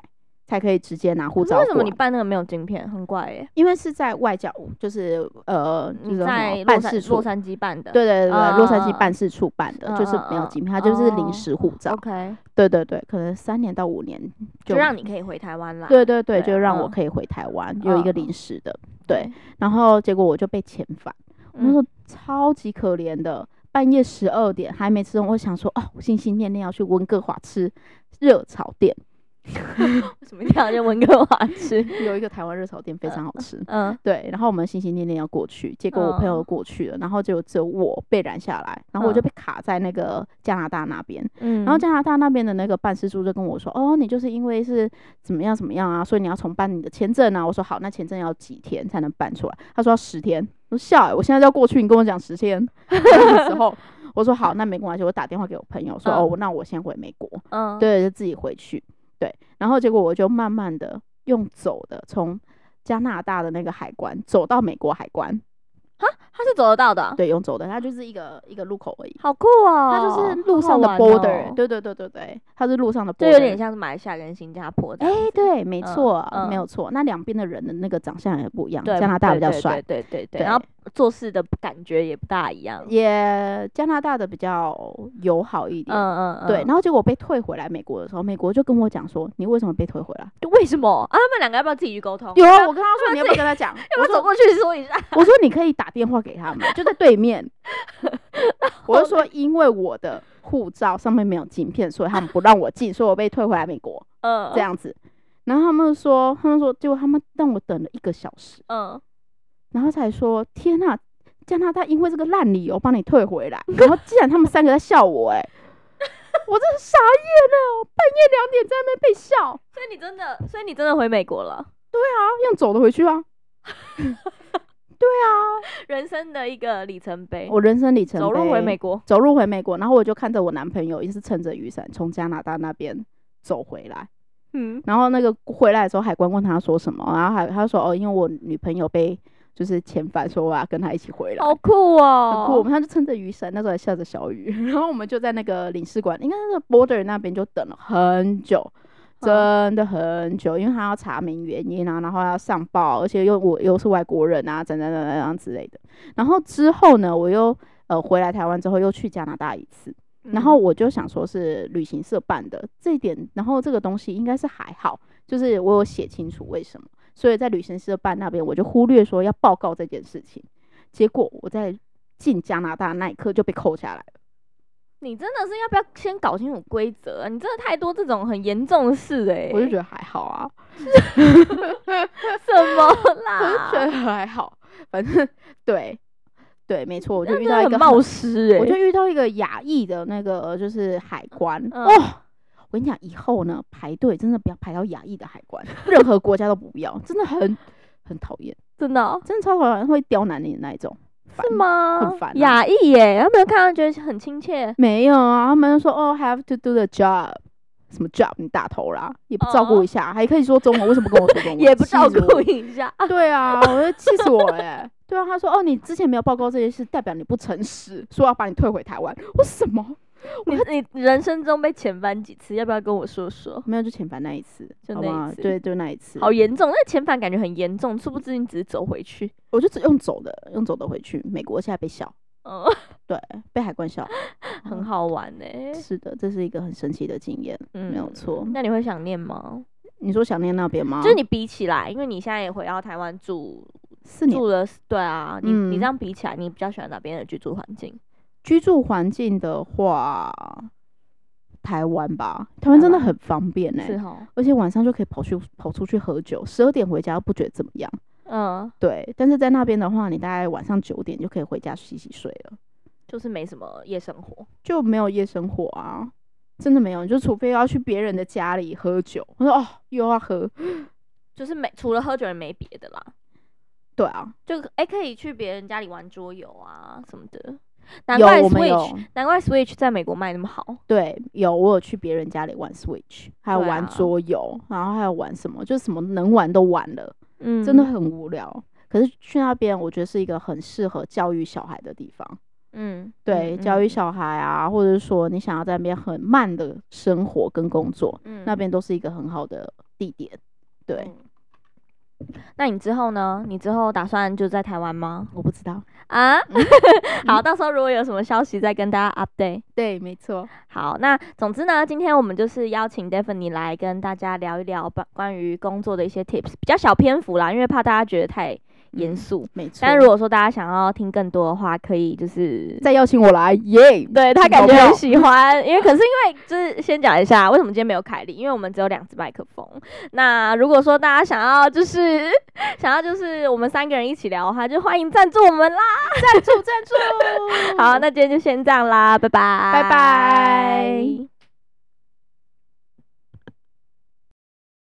Speaker 2: 才可以直接拿护
Speaker 1: 可是
Speaker 2: 照
Speaker 1: 为什
Speaker 2: 过
Speaker 1: 么你
Speaker 2: 来。
Speaker 1: 办那个没有晶片，很怪耶、
Speaker 2: 因为是在外交，就是呃，就是
Speaker 1: 你
Speaker 2: 什
Speaker 1: 在
Speaker 2: 么
Speaker 1: 洛
Speaker 2: 办
Speaker 1: 杉
Speaker 2: 事处
Speaker 1: 洛，杉矶办的，
Speaker 2: 对对对对，洛杉矶
Speaker 1: 嗯嗯嗯
Speaker 2: 办事处办的，就是没
Speaker 1: 嗯
Speaker 2: 有
Speaker 1: 嗯
Speaker 2: 晶片，它就是
Speaker 1: 哦
Speaker 2: 临时护照。
Speaker 1: ，OK，
Speaker 2: 对对对，可能三年到五年
Speaker 1: 嗯就让你可以回台湾啦，
Speaker 2: 对对对，
Speaker 1: 对
Speaker 2: 就
Speaker 1: 啊
Speaker 2: 让我
Speaker 1: 嗯
Speaker 2: 可以回台湾，有一个
Speaker 1: 嗯
Speaker 2: 临时的。对，然后结果我就被遣返，我那
Speaker 1: 嗯，
Speaker 2: 时候超级可怜的，半夜十二点还没吃东西，我想说哦，我心心念念要去温哥华吃热炒店，
Speaker 1: 为嗯 什么一定要去温哥华吃？
Speaker 2: 有一个台湾热炒店非常好吃。
Speaker 1: 嗯，
Speaker 2: 对，然后我们心心念念要过去，结果我朋友
Speaker 1: 嗯
Speaker 2: 过去了，然后结果只有我被拦下来，然后我就
Speaker 1: 嗯
Speaker 2: 被卡在那个加拿大那边，
Speaker 1: 然
Speaker 2: 然后加拿大那边的那个办事处就跟我说，哦，你就是因为是怎么样怎么样啊，所以你要重办你的签证啊。我说好，那签证要几天才能办出来？他说要十天。我说笑、欸，我现在就要过去，你跟我讲十天。那个时候我说好，那没关系，我打电话给我朋友说，
Speaker 1: 嗯
Speaker 2: 哦，那我先回美国，
Speaker 1: 嗯，
Speaker 2: 对，就自己回去。对，然后结果我就慢慢的用走的从。加拿大的那个海关走到美国海关，
Speaker 1: 他是走得到的啊，
Speaker 2: 对，用走的，它就是一个一个路口而已，
Speaker 1: 好酷哦！
Speaker 2: 它就是路上的
Speaker 1: 好好玩
Speaker 2: border，、
Speaker 1: 哦
Speaker 2: 对对对对对，它是路上的 border，
Speaker 1: 就有点像是马来西亚跟新加坡的
Speaker 2: 哎、
Speaker 1: 样子，
Speaker 2: 对，没
Speaker 1: 嗯
Speaker 2: 错，
Speaker 1: 嗯
Speaker 2: 没有错。那两边的人的那个长相也不一样，
Speaker 1: 对，
Speaker 2: 加拿大比
Speaker 1: 对
Speaker 2: 较
Speaker 1: 对
Speaker 2: 帅，
Speaker 1: 对对对对，
Speaker 2: 对
Speaker 1: 然后做事的感觉也不大一样，
Speaker 2: 也加拿大的比较友好一点。
Speaker 1: 嗯嗯，
Speaker 2: 对，
Speaker 1: 嗯
Speaker 2: 然后结果被退回来美国的时候，美国就跟我讲说：“你为什么被退回来
Speaker 1: 就为什么啊？他们两个要不要自己去沟通？”？
Speaker 2: 有
Speaker 1: 要
Speaker 2: 啊，
Speaker 1: 不
Speaker 2: 我跟他说，你要不要跟他讲？
Speaker 1: 要
Speaker 2: 我
Speaker 1: 不要走
Speaker 2: 说，
Speaker 1: 过去说一下？
Speaker 2: 我说你可以打电话给他们，就在对面。 我就说，因为我的护照上面没有镜片，所以他们不让我进，所以我被退回来美国
Speaker 1: 嗯，
Speaker 2: 这，样子。然后他们说，他们说，结果他们让我等了一个小时。
Speaker 1: 嗯，
Speaker 2: 然后才说：“天呐，加拿大因为这个烂理由帮你退回来。”然后竟然他们三个在笑我、哎，我真的傻眼了，我半夜两点在那边被笑，
Speaker 1: 所以你真的，所以你真的回美国了，
Speaker 2: 啊，用走的回去啊。对啊，
Speaker 1: 人生的一个里程碑，
Speaker 2: 我人生里程碑
Speaker 1: 走路回美，国，
Speaker 2: 走路回美国，然后我就看着我男朋友也是撑着雨伞从加拿大那边走回来，
Speaker 1: 嗯，
Speaker 2: 然后那个回来的时候，海关问他说什么，然后还他说哦，因为我女朋友被就是遣返，说我要跟她一起回来，
Speaker 1: 好酷哦，
Speaker 2: 嗯很酷。我们他就撑着雨伞，那时候还下着小雨， 然后我们就在那个领事馆，应该是 border 那边就等了很久，
Speaker 1: 嗯
Speaker 2: 真的很久，因为他要查明原因啊，然后要上报，而且又我又是外国人啊，怎怎怎怎样之类的。然后之后呢，我又呃回来台湾之后又去加拿大一次，然
Speaker 1: 嗯
Speaker 2: 后我就想说是旅行社办的这一点，然后这个东西应该是还好，就是我有写清楚为什么，所以在旅行社办那边我就忽略说要报告这件事情，结果我在进加拿大那一刻就被扣下来了。
Speaker 1: 你真的是要不要先搞清楚规则啊？你真的太多这种很严重的事哎、
Speaker 2: 我就觉得还好 啊，
Speaker 1: 什么
Speaker 2: 我就
Speaker 1: 啦？
Speaker 2: 觉得还好，反正对对，没错，我就遇
Speaker 1: 真
Speaker 2: 到
Speaker 1: 的
Speaker 2: 一
Speaker 1: 很
Speaker 2: 个
Speaker 1: 冒
Speaker 2: 很
Speaker 1: 失哎、
Speaker 2: 我就遇到一个亚裔的那个就是海关、
Speaker 1: 嗯
Speaker 2: 哦。我跟你讲，以后呢排队真的不要排到亚裔的海关，任何国家都不要，真的很很讨厌，
Speaker 1: 真的哦、
Speaker 2: 真的超讨厌，会刁难你的那一种。烦
Speaker 1: 是吗？
Speaker 2: 很烦啊
Speaker 1: 亚裔耶、他们看到觉得很亲切，
Speaker 2: 没有啊，他们就说哦，have to do the job，什么 job？你打头啦，也不照顾一下还可以说中文，为什么不跟我说中文？
Speaker 1: 啊 也不
Speaker 2: 气
Speaker 1: 照
Speaker 2: 死
Speaker 1: 顾
Speaker 2: 我
Speaker 1: 一 下。
Speaker 2: 对啊，我就气死我了、欸。对啊，他说哦，你之前没有报告这件事，代表你不诚实，说要把你退回台湾。我什么？
Speaker 1: 你你人生中被遣返几次？要不要跟我说说？
Speaker 2: 没有，就遣返那一次，
Speaker 1: 就
Speaker 2: 好
Speaker 1: 那一
Speaker 2: 吗
Speaker 1: 次
Speaker 2: 对，就那一次。
Speaker 1: 好严重，那遣返感觉很严重，殊不知你只是走回去。
Speaker 2: 我就只用走的，用走的回去。美国现在被笑，
Speaker 1: 嗯，
Speaker 2: 对，被海关笑。
Speaker 1: 很好玩哎、
Speaker 2: 是的，这是一个很神奇的经验，
Speaker 1: 嗯，
Speaker 2: 没有错。啊
Speaker 1: 那你会想念吗？
Speaker 2: 你说想念那边吗？
Speaker 1: 就是你比起来，因为你现在也回到台湾住
Speaker 2: 四年
Speaker 1: 住了，对啊，你、你
Speaker 2: 嗯
Speaker 1: 这样比起来，你比较喜欢哪边的居住环境？
Speaker 2: 居住环境的话，台湾吧，台湾真的
Speaker 1: 台湾
Speaker 2: 很方便呢、
Speaker 1: 是哦哈，
Speaker 2: 而且晚上就可以跑去跑出去喝酒，十二点回家不觉得怎么样。
Speaker 1: 嗯，
Speaker 2: 对，但是在那边的话，你大概晚上九点就可以回家洗洗睡了，
Speaker 1: 就是没什么夜生活。
Speaker 2: 就没有夜生活啊，真的没有。就除非要去别人的家里喝酒，我说哦又要喝，
Speaker 1: 就是没除了喝酒也没别的啦，
Speaker 2: 对啊，
Speaker 1: 就哎、可以去别人家里玩桌游啊什么的。难
Speaker 2: 有
Speaker 1: 怪
Speaker 2: 我们有
Speaker 1: Switch，难怪 Switch 在美国卖那么好。
Speaker 2: 对有我有去别人家里玩 Switch，还有
Speaker 1: 对
Speaker 2: 玩
Speaker 1: 啊
Speaker 2: 桌游，然后还有玩什么，就是什么能玩都玩了。
Speaker 1: 嗯
Speaker 2: 真的，很无聊。可是去那边，我觉得是一个很适合教育小孩的地方。
Speaker 1: 嗯，
Speaker 2: 对，
Speaker 1: 嗯
Speaker 2: 教育，小孩啊，或者是说你想要在那边很慢的生活跟工作，
Speaker 1: 嗯
Speaker 2: 那边都是一个很好的地点。对，
Speaker 1: 嗯那你之后呢？你之后打算就在台湾吗？
Speaker 2: 我不知道。
Speaker 1: 啊，
Speaker 2: 嗯
Speaker 1: 好，到时候如果有什么消息再跟大家 update。
Speaker 2: 对，没错。
Speaker 1: 好，那总之呢，今天我们就是邀请 Stephanie 来跟大家聊一聊关关于工作的一些 tips，比较小篇幅啦，因为怕大家觉得太严
Speaker 2: 嗯
Speaker 1: 肃。
Speaker 2: 没错。
Speaker 1: 但如果说大家想要听更多的话，可以就是
Speaker 2: 再邀请我来，耶、
Speaker 1: 对他
Speaker 2: 请
Speaker 1: 感
Speaker 2: 投
Speaker 1: 觉很
Speaker 2: 票
Speaker 1: 喜欢，因为可是因为就是先讲一下为什么今天没有凯莉，因为我们只有两只麦克风。那如果说大家想要就是 想要就是我们三个人一起聊的话，就欢迎赞助我们啦。
Speaker 2: 赞助赞助
Speaker 1: 。好，那今天就先这样啦，拜拜，
Speaker 2: 拜拜